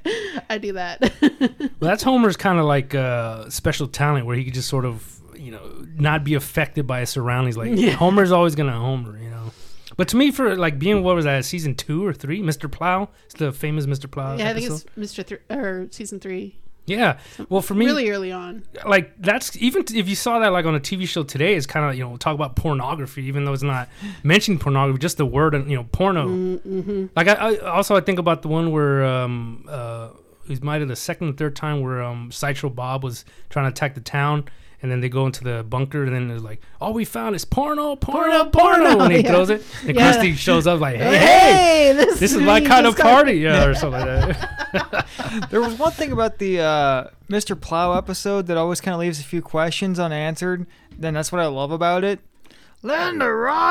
Speaker 3: I do that.
Speaker 1: Well, that's Homer's kind of like uh, special talent where he could just sort of, you know, not be affected by his surroundings. Like
Speaker 3: Yeah.
Speaker 1: Homer's always gonna Homer, you know. But to me, for like being what was that season two or three, Mr. Plow, it's the famous Mr. Plow.
Speaker 3: yeah, I think
Speaker 1: episode.
Speaker 3: it's Mr. Thr or season three,
Speaker 1: yeah. Well, for me,
Speaker 3: really early on.
Speaker 1: like that's even t- if you saw that like on a TV show today, it's kind of you know talk about pornography, even though it's not mentioning pornography, just the word you know porno.
Speaker 3: Mm-hmm.
Speaker 1: Like I, I also I think about the one where um uh it might have the second or third time where um Sideshow Bob was trying to attack the town and then they go into the bunker and then it's like all we found is porno porno porno, and he
Speaker 3: yeah.
Speaker 1: throws it and
Speaker 3: Yeah.
Speaker 1: Christy shows up like hey, hey
Speaker 3: Hey, this,
Speaker 1: this is
Speaker 3: we
Speaker 1: my kind of
Speaker 3: just got-
Speaker 1: party yeah or something like that
Speaker 2: There was one thing about the uh, Mr. Plow episode that always kind of leaves a few questions unanswered. Then that's what I love about it. Linda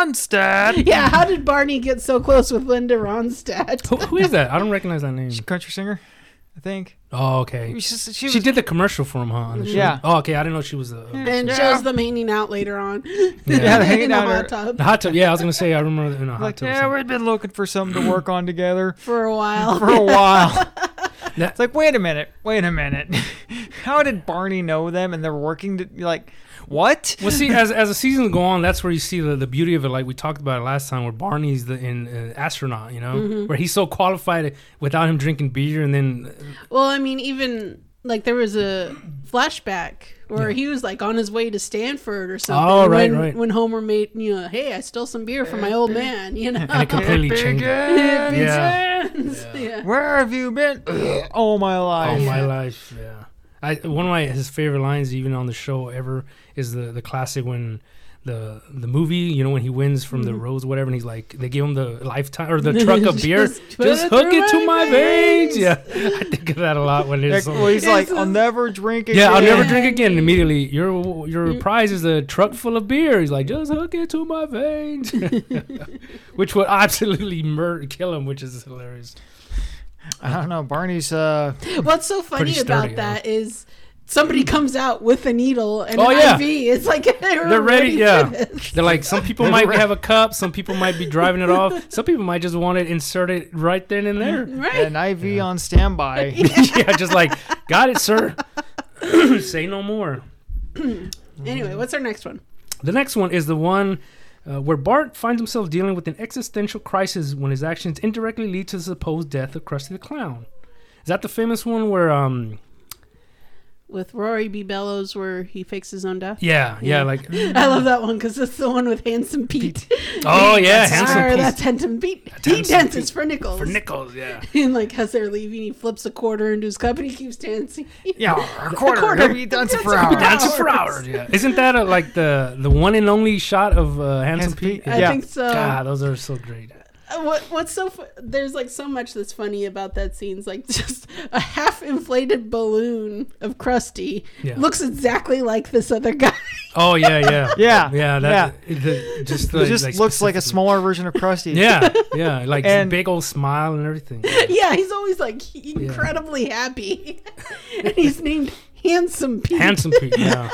Speaker 2: Ronstadt,
Speaker 3: Yeah, how did Barney get so close with Linda Ronstadt?
Speaker 1: who, who is that I don't recognize that name
Speaker 2: She's a country singer, I think.
Speaker 1: oh okay
Speaker 2: She's- She,
Speaker 1: she
Speaker 2: was-
Speaker 1: did the commercial for him huh on the show?
Speaker 2: Yeah.
Speaker 1: oh okay I didn't know she was a
Speaker 3: And
Speaker 2: Yeah.
Speaker 3: shows them hanging out later on.
Speaker 1: Yeah,
Speaker 2: they're hanging
Speaker 3: in the
Speaker 2: out
Speaker 3: hot
Speaker 2: or-
Speaker 1: the
Speaker 3: tub
Speaker 1: hot tub yeah I was gonna say I remember in a hot
Speaker 2: like,
Speaker 1: tub or
Speaker 2: yeah, we've been looking for something to work on together
Speaker 3: for a while.
Speaker 2: for a while.
Speaker 1: That-
Speaker 2: it's like, wait a minute, wait a minute. How did Barney know them and they're working to like what?
Speaker 1: Well, see, as as the seasons go on, that's where you see the, the beauty of it. Like we talked about it last time, where Barney's the in, uh, astronaut,
Speaker 2: Mm-hmm.
Speaker 1: you know, where he's so qualified without him drinking beer, and then
Speaker 3: Well, I mean, even like there was a flashback where he was like on his way to Stanford or something.
Speaker 1: Oh, right,
Speaker 3: when,
Speaker 1: right.
Speaker 3: When Homer made you know, hey, I stole some beer from my old man. You know,
Speaker 1: and it completely changed. it.
Speaker 2: Again?
Speaker 1: Yeah.
Speaker 3: yeah.
Speaker 2: Where have you been? all Oh my
Speaker 1: all
Speaker 2: life.
Speaker 1: Oh, my life. Yeah, I one of my his favorite lines, even on the show ever, is the the classic when the the movie, you know, when he wins from the rose, whatever, and he's like, they give him the lifetime or the truck of beer,
Speaker 3: Mm-hmm. Just
Speaker 1: just,
Speaker 3: put
Speaker 1: hook
Speaker 3: it through
Speaker 1: it to
Speaker 3: my
Speaker 1: my veins.
Speaker 3: veins.
Speaker 1: Yeah, I think of that a lot when
Speaker 2: Like,
Speaker 1: there's.
Speaker 2: well,
Speaker 1: Some,
Speaker 2: he's like,
Speaker 3: This
Speaker 2: I'll
Speaker 3: is-
Speaker 2: never drink again.
Speaker 1: yeah, I'll never
Speaker 3: Yeah.
Speaker 1: drink again. And Immediately, your your
Speaker 3: Mm.
Speaker 1: prize is a truck full of beer. He's like, just hook it to my veins, which would absolutely murder, kill him, which is hilarious.
Speaker 2: I don't know. Barney's uh,
Speaker 3: What's so funny
Speaker 1: Pretty sturdy,
Speaker 3: about that is somebody comes out with a needle and
Speaker 1: Oh,
Speaker 3: an
Speaker 1: yeah.
Speaker 3: IV. It's like they're,
Speaker 1: They're ready,
Speaker 3: ready.
Speaker 1: yeah.
Speaker 3: For this.
Speaker 1: They're like some people might have a cup, some people might be driving it off, some people might just want it inserted right then and there.
Speaker 3: Right.
Speaker 2: an IV on standby.
Speaker 1: yeah, just like got it, sir. Say no more. um,
Speaker 3: Anyway, what's our next one?
Speaker 1: The next one is the one uh, where Bart finds himself dealing with an existential crisis when his actions indirectly lead to the supposed death of Krusty the Clown. Is that the famous one where um
Speaker 3: With Rory B. Bellows, where he fakes his own death.
Speaker 1: yeah yeah,
Speaker 3: Yeah.
Speaker 1: like
Speaker 3: I love that one because it's the one with Handsome Pete.
Speaker 1: oh yeah
Speaker 3: That's-
Speaker 1: handsome
Speaker 3: arr,
Speaker 1: piece
Speaker 3: That's Handsome Pete.
Speaker 1: That's
Speaker 3: He
Speaker 1: Handsome
Speaker 3: dances
Speaker 1: Pete.
Speaker 3: for nickels.
Speaker 1: for nickels yeah
Speaker 3: and like as they're leaving, he flips a quarter into his cup and he keeps dancing.
Speaker 2: yeah, a quarter.
Speaker 3: quarter.
Speaker 2: He'll be dancing for
Speaker 3: He'll be
Speaker 2: hours.
Speaker 3: dancing
Speaker 1: dancing for hours yeah isn't that a, like the the one and only shot of uh, handsome
Speaker 2: Handsome
Speaker 1: Pete
Speaker 2: Pete,
Speaker 1: Yeah.
Speaker 3: I
Speaker 2: Yeah.
Speaker 3: think so.
Speaker 1: God, those are so great.
Speaker 3: Uh, What what's so fu- there's like so much that's funny about that scene. It's like just a half inflated balloon of Krusty
Speaker 1: Yeah.
Speaker 3: looks exactly like this other guy.
Speaker 1: Oh yeah, yeah,
Speaker 2: Yeah,
Speaker 1: yeah. That the- just the,
Speaker 2: It just looks like a
Speaker 1: specifically-
Speaker 2: smaller version of Krusty.
Speaker 1: Yeah, yeah, like
Speaker 2: And-
Speaker 1: big old smile and everything.
Speaker 3: yeah, he's always like he- incredibly happy, and he's named Handsome Pete.
Speaker 1: Handsome Pete, yeah.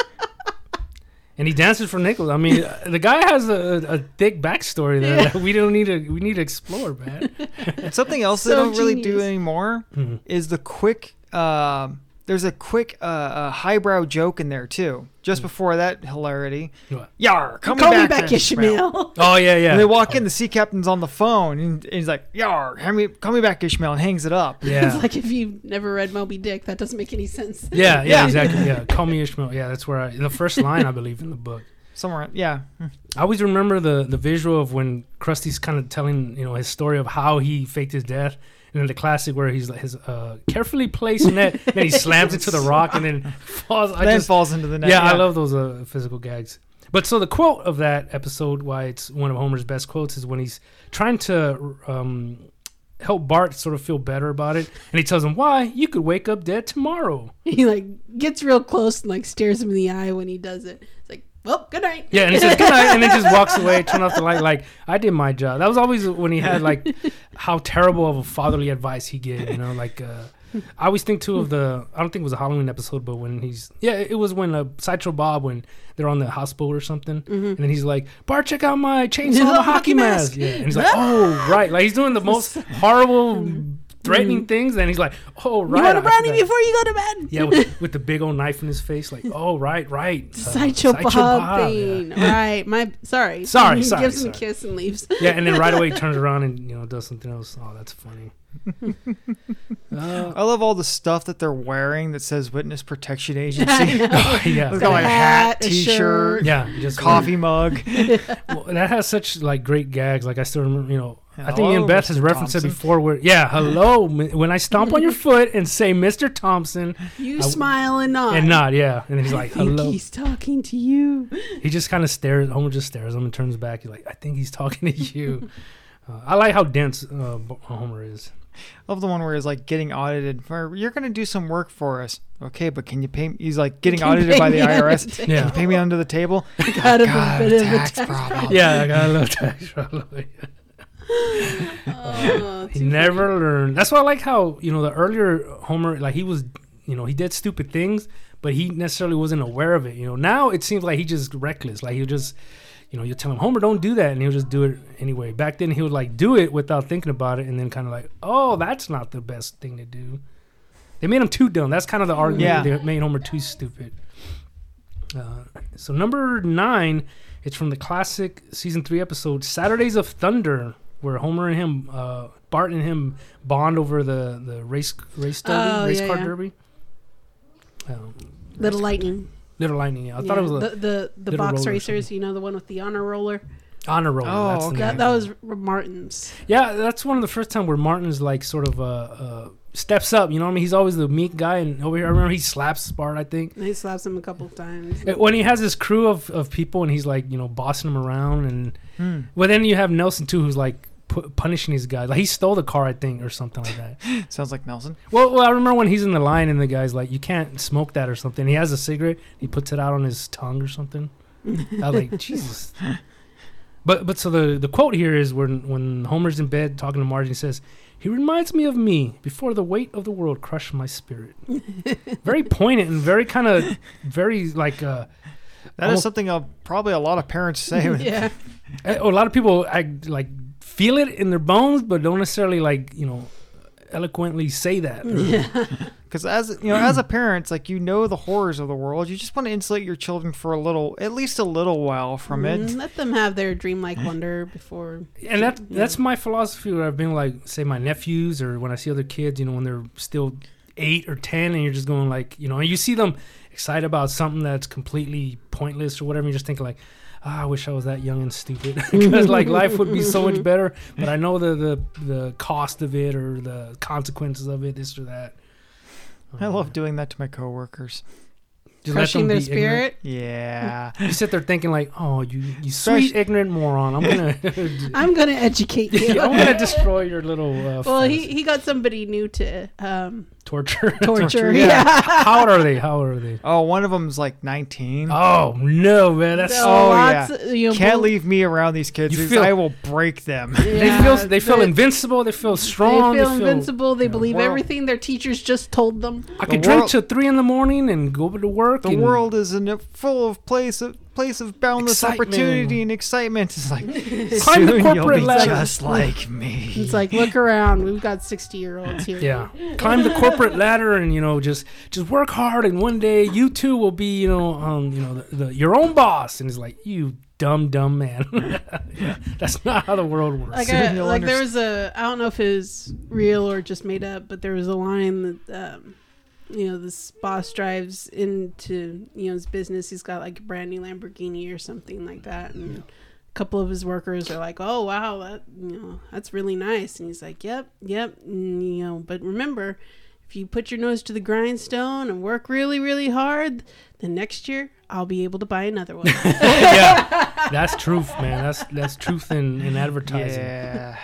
Speaker 1: And he dances for nickels. I mean, uh, the guy has a, a thick backstory there
Speaker 3: Yeah.
Speaker 1: that we don't need to. We need to explore, man.
Speaker 2: And something else they
Speaker 3: So
Speaker 2: don't really do
Speaker 3: genius.
Speaker 2: anymore is the quick. um there's a quick uh, uh, highbrow joke in there too. Just before that hilarity,
Speaker 1: What?
Speaker 2: yar, come
Speaker 3: Hmm. Call me
Speaker 2: back,
Speaker 3: back,
Speaker 2: then, Ishmael.
Speaker 3: Ishmael.
Speaker 1: Oh yeah, yeah.
Speaker 2: And they walk in, the sea captain's on the phone, and, and he's like, "Yar, hand me, call me back, Ishmael," and hangs it up.
Speaker 1: Yeah,
Speaker 3: It's like if you've never read Moby Dick, that doesn't make any sense.
Speaker 1: yeah, yeah.
Speaker 2: Yeah.
Speaker 1: Exactly. Yeah. Call me Ishmael. Yeah, that's where I. The first line, I believe, in the book.
Speaker 2: Somewhere, yeah,
Speaker 1: I always remember the the visual of when Krusty's kind of telling you know his story of how he faked his death, and then the classic where he's like his uh, carefully placed net, then he slams into the rock and then falls. I
Speaker 2: then
Speaker 1: just,
Speaker 2: falls into the net.
Speaker 1: yeah, I love those uh, physical gags. But so the quote of that episode, why it's one of Homer's best quotes, is when he's trying to um, help Bart sort of feel better about it, and he tells him, "Why you could wake up dead tomorrow."
Speaker 3: He like gets real close and like stares him in the eye when he does it. It's like, well, good night.
Speaker 1: Yeah, and he says good night, and then just walks away, turn off the light. Like I did my job. That was always when he had like how terrible of a fatherly advice he gave. You know, like uh, I always think too of the. I don't think it was a Halloween episode, but when he's yeah, it it was when uh, Sideshow Bob when they're on the hospital or something,
Speaker 3: Mm-hmm.
Speaker 1: and then he's like, "Bart, check out my chainsaw and
Speaker 3: Little
Speaker 1: hockey,
Speaker 3: hockey
Speaker 1: mask."
Speaker 3: mask.
Speaker 1: Yeah, and he's like, "Oh right," like he's doing the most horrible, threatening things, and he's like, "Oh right."
Speaker 3: Mm-hmm. you want
Speaker 1: I
Speaker 3: a brownie
Speaker 1: forgot."
Speaker 3: before you go to bed?
Speaker 1: Yeah, with, with the big old knife in his face, like, "Oh right, right." uh,
Speaker 3: Sideshow Bob,
Speaker 1: yeah.
Speaker 3: thing. Right. My sorry.
Speaker 1: Sorry,
Speaker 3: He
Speaker 1: sorry,
Speaker 3: Gives him a
Speaker 1: sorry.
Speaker 3: kiss and leaves.
Speaker 1: Yeah, and then right away he turns around and you know does something else. Oh, that's funny. Uh,
Speaker 2: I love all the stuff that they're wearing that says Witness Protection
Speaker 3: I
Speaker 2: Agency.
Speaker 3: know.
Speaker 1: yeah,
Speaker 2: Look at my
Speaker 3: a
Speaker 2: hat,
Speaker 3: hat, a
Speaker 2: t-shirt,
Speaker 1: yeah, just
Speaker 2: coffee mug.
Speaker 1: Well, that has such like great gags. Like I still remember, you know. I think
Speaker 2: Hello,
Speaker 1: Ian Beth has
Speaker 2: Mr.
Speaker 1: referenced
Speaker 2: Thompson.
Speaker 1: it before. Where yeah, hello. m- When I stomp on your foot and say Mr. Thompson
Speaker 3: You
Speaker 1: I-
Speaker 3: smile and nod.
Speaker 1: and not yeah, and he's
Speaker 3: I
Speaker 1: like
Speaker 3: think
Speaker 1: hello.
Speaker 3: he's talking to you.
Speaker 1: He just kind of stares. Homer just stares at him and turns back. He's like, I think he's talking to you. Uh, I like how dense uh, B- Homer is.
Speaker 2: love the one where he's like getting audited for you're gonna do some work for us okay but can you pay me? he's like getting audited by the irs
Speaker 1: Yeah.
Speaker 2: can you pay me under the table
Speaker 3: Out of a
Speaker 2: God,
Speaker 3: bit of a
Speaker 2: tax
Speaker 3: tax-
Speaker 2: problem.
Speaker 1: Yeah, I got a little tax problem.
Speaker 3: Oh,
Speaker 1: He
Speaker 3: too
Speaker 1: never learned. That's why I like how you know the earlier Homer, like he was, you know, he did stupid things, but he necessarily wasn't aware of it. You know, now it seems like he just reckless. Like he'll just, you know, you'll tell him Homer don't do that, and he'll just do it anyway. Back then he would like do it without thinking about it, and then kind of like, oh, that's not the best thing to do. They made him too dumb. That's kind of the argument.
Speaker 2: Yeah.
Speaker 1: They made Homer too stupid. Uh, so number nine, it's from the classic season three episode "Saturdays of Thunder," where Homer and him, uh, Bart and him, bond over the the race race derby,
Speaker 3: Oh,
Speaker 1: race
Speaker 3: yeah,
Speaker 1: car
Speaker 3: yeah.
Speaker 1: derby. Um,
Speaker 3: Little Lightning.
Speaker 1: Little Lightning. Yeah, I thought it was a
Speaker 3: Yeah, the the, the
Speaker 1: little
Speaker 3: box
Speaker 1: roller or
Speaker 3: racers. You know the one with the honor roller.
Speaker 1: honor roll.
Speaker 2: Oh,
Speaker 1: that's the
Speaker 2: okay.
Speaker 1: name.
Speaker 3: That, that was R- Martin's.
Speaker 1: yeah, that's one of the first time where Martin's like sort of uh, uh steps up. You know what I mean? He's always the meek guy, and over here I remember he slaps Bart. I think.
Speaker 3: He slaps him a couple of times.
Speaker 1: Uh, When he has his crew of, of people and he's like, you know, bossing them around, and
Speaker 2: Hmm.
Speaker 1: well, then you have Nelson too, who's like pu- punishing his guy. Like he stole the car, I think, or something like that.
Speaker 2: Sounds like Nelson.
Speaker 1: Well, well, I remember when he's in the line and the guy's like, "You can't smoke that" or something. He has a cigarette. He puts it out on his tongue or something. I was like, Jesus. But but so the the quote here is when when Homer's in bed talking to Marge, he says, "He reminds me of me before the weight of the world crushed my spirit." very poignant and very kind of very like uh,
Speaker 2: That is
Speaker 1: Almost-
Speaker 2: something uh, probably a lot of parents say. when-
Speaker 3: yeah,
Speaker 1: a a lot of people act like feel it in their bones, but don't necessarily like you know eloquently say that.
Speaker 3: yeah.
Speaker 2: Because as you know, as a parent, it's like you know the horrors of the world, you just want to insulate your children for a little, at least a little while from it.
Speaker 3: Mm, Let them have their dreamlike wonder before.
Speaker 1: and that
Speaker 3: Yeah.
Speaker 1: that's my philosophy where i've been like say my nephews or when i see other kids you know when they're still eight or ten and you're just going like you know and you see them excited about something that's completely pointless or whatever you just think like ah, i wish i was that young and stupid because like life would be so much better but i know the, the the cost of it or the consequences of it this or that
Speaker 2: I love doing that to my coworkers.
Speaker 1: Just let
Speaker 3: crushing
Speaker 1: them
Speaker 3: their
Speaker 1: be ignorant.
Speaker 3: spirit.
Speaker 2: Yeah,
Speaker 1: you sit there thinking like oh you you
Speaker 2: Especially-
Speaker 1: sweet ignorant moron i'm gonna
Speaker 3: I'm gonna educate you.
Speaker 1: i'm gonna destroy your little uh,
Speaker 3: well, he,
Speaker 1: fantasy.
Speaker 3: he got somebody new to um,
Speaker 1: torture
Speaker 3: torture.
Speaker 2: yeah.
Speaker 3: Yeah,
Speaker 1: How old are they? How old are they?
Speaker 2: Oh, one of them's like 19.
Speaker 1: Oh no, man! That's
Speaker 3: So
Speaker 2: Oh,
Speaker 3: lots
Speaker 2: yeah.
Speaker 3: of, you know,
Speaker 2: Can't
Speaker 3: bull-
Speaker 2: leave me around these kids.
Speaker 1: You
Speaker 2: 'cause
Speaker 1: feel-
Speaker 2: I will break them.
Speaker 1: they
Speaker 3: yeah,
Speaker 1: feel they feel
Speaker 3: the-
Speaker 1: invincible. They feel strong.
Speaker 3: They feel invincible. They
Speaker 1: you know,
Speaker 3: believe
Speaker 2: world-
Speaker 3: everything their teachers just told them.
Speaker 1: I could
Speaker 2: The
Speaker 1: drink
Speaker 2: world-
Speaker 1: till three in the morning and go to work.
Speaker 2: The
Speaker 1: and
Speaker 2: world is in a full of place of place of boundless
Speaker 1: Excitement.
Speaker 2: opportunity and excitement. It's like
Speaker 1: Climb the
Speaker 2: soon you'll
Speaker 1: corporate
Speaker 2: be
Speaker 1: ladder.
Speaker 2: just like me.
Speaker 3: It's like look around. We've got sixty year olds here.
Speaker 1: Yeah, climb the corporate ladder and you know just just work hard and one day you too will be you know um you know the, the your own boss and it's like you dumb dumb man. Yeah, that's not how the world works.
Speaker 3: Like,
Speaker 2: Soon
Speaker 3: I,
Speaker 2: you'll
Speaker 3: like there was a I don't know if it was real or just made up, but there was a line that um, you know this boss drives into you know his business. He's got like a brand new Lamborghini or something like that, and a couple of his workers are like, "Oh wow, that you know that's really nice," and he's like, "Yep, yep," and, you know. But remember, if you put your nose to the grindstone and work really, really hard, then next year I'll be able to buy another one.
Speaker 1: yeah, that's truth, man. That's that's truth in in advertising.
Speaker 2: Yeah,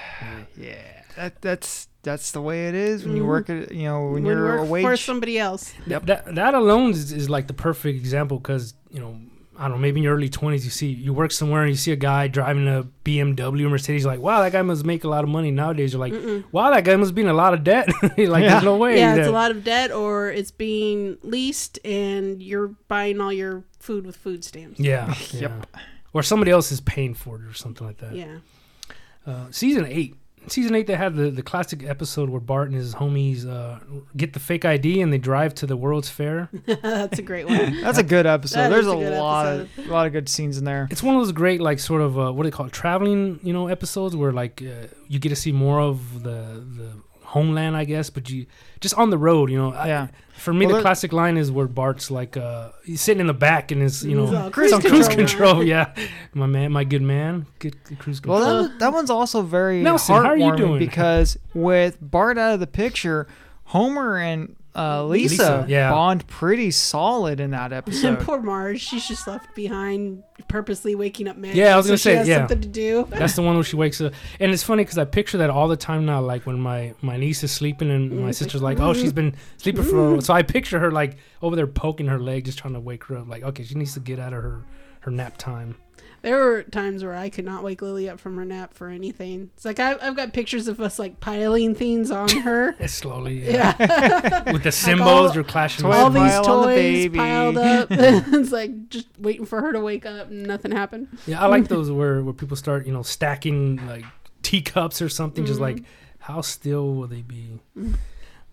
Speaker 2: yeah. That that's that's the way it is
Speaker 1: Mm-hmm.
Speaker 2: when you work at you know when,
Speaker 3: When
Speaker 2: you're
Speaker 3: work
Speaker 2: a
Speaker 3: for
Speaker 2: wage.
Speaker 3: somebody else.
Speaker 2: Yep.
Speaker 1: That that alone is, is like the perfect example because you know I don't know maybe in your early twenties you see you work somewhere and you see a guy driving a BMW or Mercedes you're like wow that guy must make a lot of money nowadays you're like wow that guy must be in a lot of debt You're like
Speaker 2: Yeah.
Speaker 1: there's no way
Speaker 3: yeah, it's
Speaker 1: that-
Speaker 3: a lot of debt, or it's being leased, and you're buying all your food with food stamps.
Speaker 1: yeah
Speaker 2: Yep.
Speaker 1: yeah. or somebody else is paying for it or something like that
Speaker 3: Yeah.
Speaker 1: uh, season eight season eight they had the, the classic episode where Bart and his homies uh, get the fake ID and they drive to the World's Fair
Speaker 3: that's a great one.
Speaker 2: That's a good episode.
Speaker 3: That
Speaker 2: There's
Speaker 3: is
Speaker 2: a,
Speaker 3: a good
Speaker 2: lot of a lot of good scenes in there.
Speaker 1: It's one of those great, like, sort of uh, what do they call it, traveling, you know, episodes where like uh, you get to see more of the the homeland, I guess, but you just on the road, you know. I-
Speaker 2: Yeah.
Speaker 1: For me,
Speaker 2: Well,
Speaker 1: the
Speaker 2: there-
Speaker 1: classic line is where Bart's like, uh, he's sitting in the back and is, you know,
Speaker 3: He's all,
Speaker 1: it's
Speaker 3: "Cruise
Speaker 1: on cruise
Speaker 3: control."
Speaker 1: control. yeah, my man, my good man, good, good cruise control.
Speaker 2: Well, that, that one's also very
Speaker 1: Nelson, how are you
Speaker 2: heartwarming
Speaker 1: doing?
Speaker 2: because with Bart out of the picture, Homer and uh, Lisa,
Speaker 1: Lisa, yeah.
Speaker 2: bond pretty solid in that
Speaker 3: And
Speaker 2: episode.
Speaker 3: poor Marge, she's just left behind, purposely waking up Maggie.
Speaker 1: Yeah, I was
Speaker 3: so
Speaker 1: gonna
Speaker 3: she
Speaker 1: say,
Speaker 3: has
Speaker 1: yeah.
Speaker 3: something to do.
Speaker 1: That's the one where she wakes up, and it's funny because I picture that all the time now. Like when my my niece is sleeping, and my sister's like, "Oh, she's been sleeping for," so I picture her like over there poking her leg, just trying to wake her up. Like, okay, she needs to get out of her her nap time.
Speaker 3: There were times where I could not wake Lily up from her nap for anything. It's like I, I've got pictures of us like piling things on her.
Speaker 1: It's slowly, yeah.
Speaker 3: Yeah,
Speaker 1: with the symbols
Speaker 3: all-
Speaker 1: you're clashing.
Speaker 2: Toy
Speaker 1: with-
Speaker 3: all these
Speaker 2: pile on the
Speaker 3: toys
Speaker 2: baby.
Speaker 3: piled up. it's like just waiting for her to wake up, and nothing happened.
Speaker 1: Yeah, I like those where where people start, you know, stacking like teacups or something. Just like, how still will they be?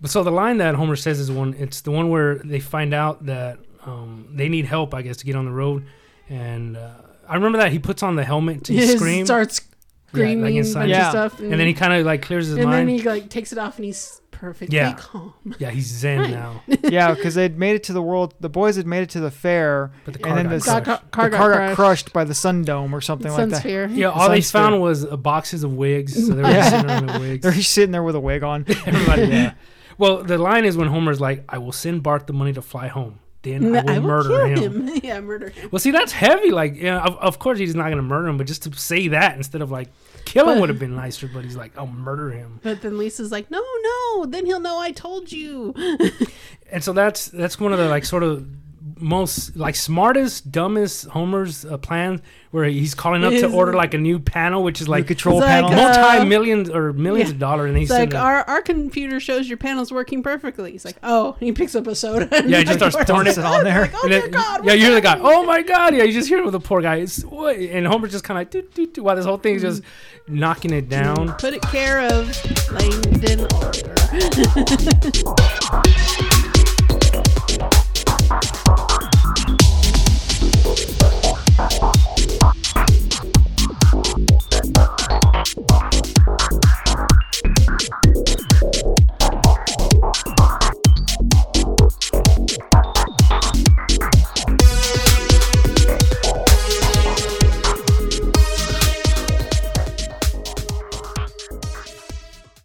Speaker 1: But so the line that Homer says is one. It's the one where they find out that um, they need help, I guess, to get on the road. And uh, I remember that he puts on the helmet to
Speaker 3: He
Speaker 1: scream,
Speaker 3: starts
Speaker 1: Yeah, like
Speaker 3: screaming,
Speaker 1: inside.
Speaker 3: bunch
Speaker 2: Yeah.
Speaker 3: of stuff,
Speaker 1: and then he kind of like clears his
Speaker 3: and
Speaker 1: mind.
Speaker 3: then he like takes it off and he s- perfectly
Speaker 1: Yeah.
Speaker 3: calm.
Speaker 1: Yeah, he's zen
Speaker 3: Right.
Speaker 1: now.
Speaker 2: yeah, because they'd made it to the world. The boys had made it to the fair.
Speaker 1: But the
Speaker 2: And
Speaker 1: car
Speaker 2: then
Speaker 1: got
Speaker 2: this-
Speaker 1: crushed.
Speaker 3: Got, got, car,
Speaker 2: the
Speaker 3: got
Speaker 2: car
Speaker 3: crushed.
Speaker 2: got crushed by the sun dome or something like that.
Speaker 3: Sunsphere.
Speaker 1: Yeah, all they
Speaker 2: Sounds fair.
Speaker 1: found was uh, boxes of wigs. So they were just sitting around with wigs.
Speaker 2: They're just sitting there with a wig on.
Speaker 1: Everybody, yeah. Well, the line is when Homer's like, "I will send Bart the money to fly home. Then I will, murder
Speaker 3: kill
Speaker 1: him.
Speaker 3: yeah, murder him.
Speaker 1: Well, see, that's heavy. Like, yeah, of, of course he's not going to murder him, but just to say that instead of like kill him
Speaker 3: But-
Speaker 1: would have been nicer. But he's like, "I'll murder him,"
Speaker 3: But then Lisa's like, no, no. Then he'll know I told you.
Speaker 1: and so that's that's one of the like sort of most like smartest, dumbest Homer's uh, plans where he's calling up to
Speaker 3: Is-
Speaker 1: order like a new panel, which is like
Speaker 2: control
Speaker 3: It's like,
Speaker 2: panel.
Speaker 3: uh,
Speaker 1: multi millions or millions
Speaker 3: Yeah.
Speaker 1: of dollars, and he's
Speaker 3: It's like,
Speaker 1: sending-
Speaker 3: our, our computer shows your panel's working perfectly. He's like, oh. He picks up a soda. And
Speaker 1: Yeah, he just
Speaker 3: like,
Speaker 1: starts
Speaker 2: Don't
Speaker 1: pouring it
Speaker 2: sit on there.
Speaker 3: like, oh,
Speaker 1: And
Speaker 3: dear
Speaker 1: then-
Speaker 3: God.
Speaker 1: yeah,
Speaker 3: what's
Speaker 1: you're the guy.
Speaker 3: happening?"
Speaker 1: Oh my God! Yeah, you just hear it with the poor guy. It's, what? And Homer's just kind of like, doo, doo, doo, while this whole thing's just knocking it down.
Speaker 3: Put it care of Langdon Oliver.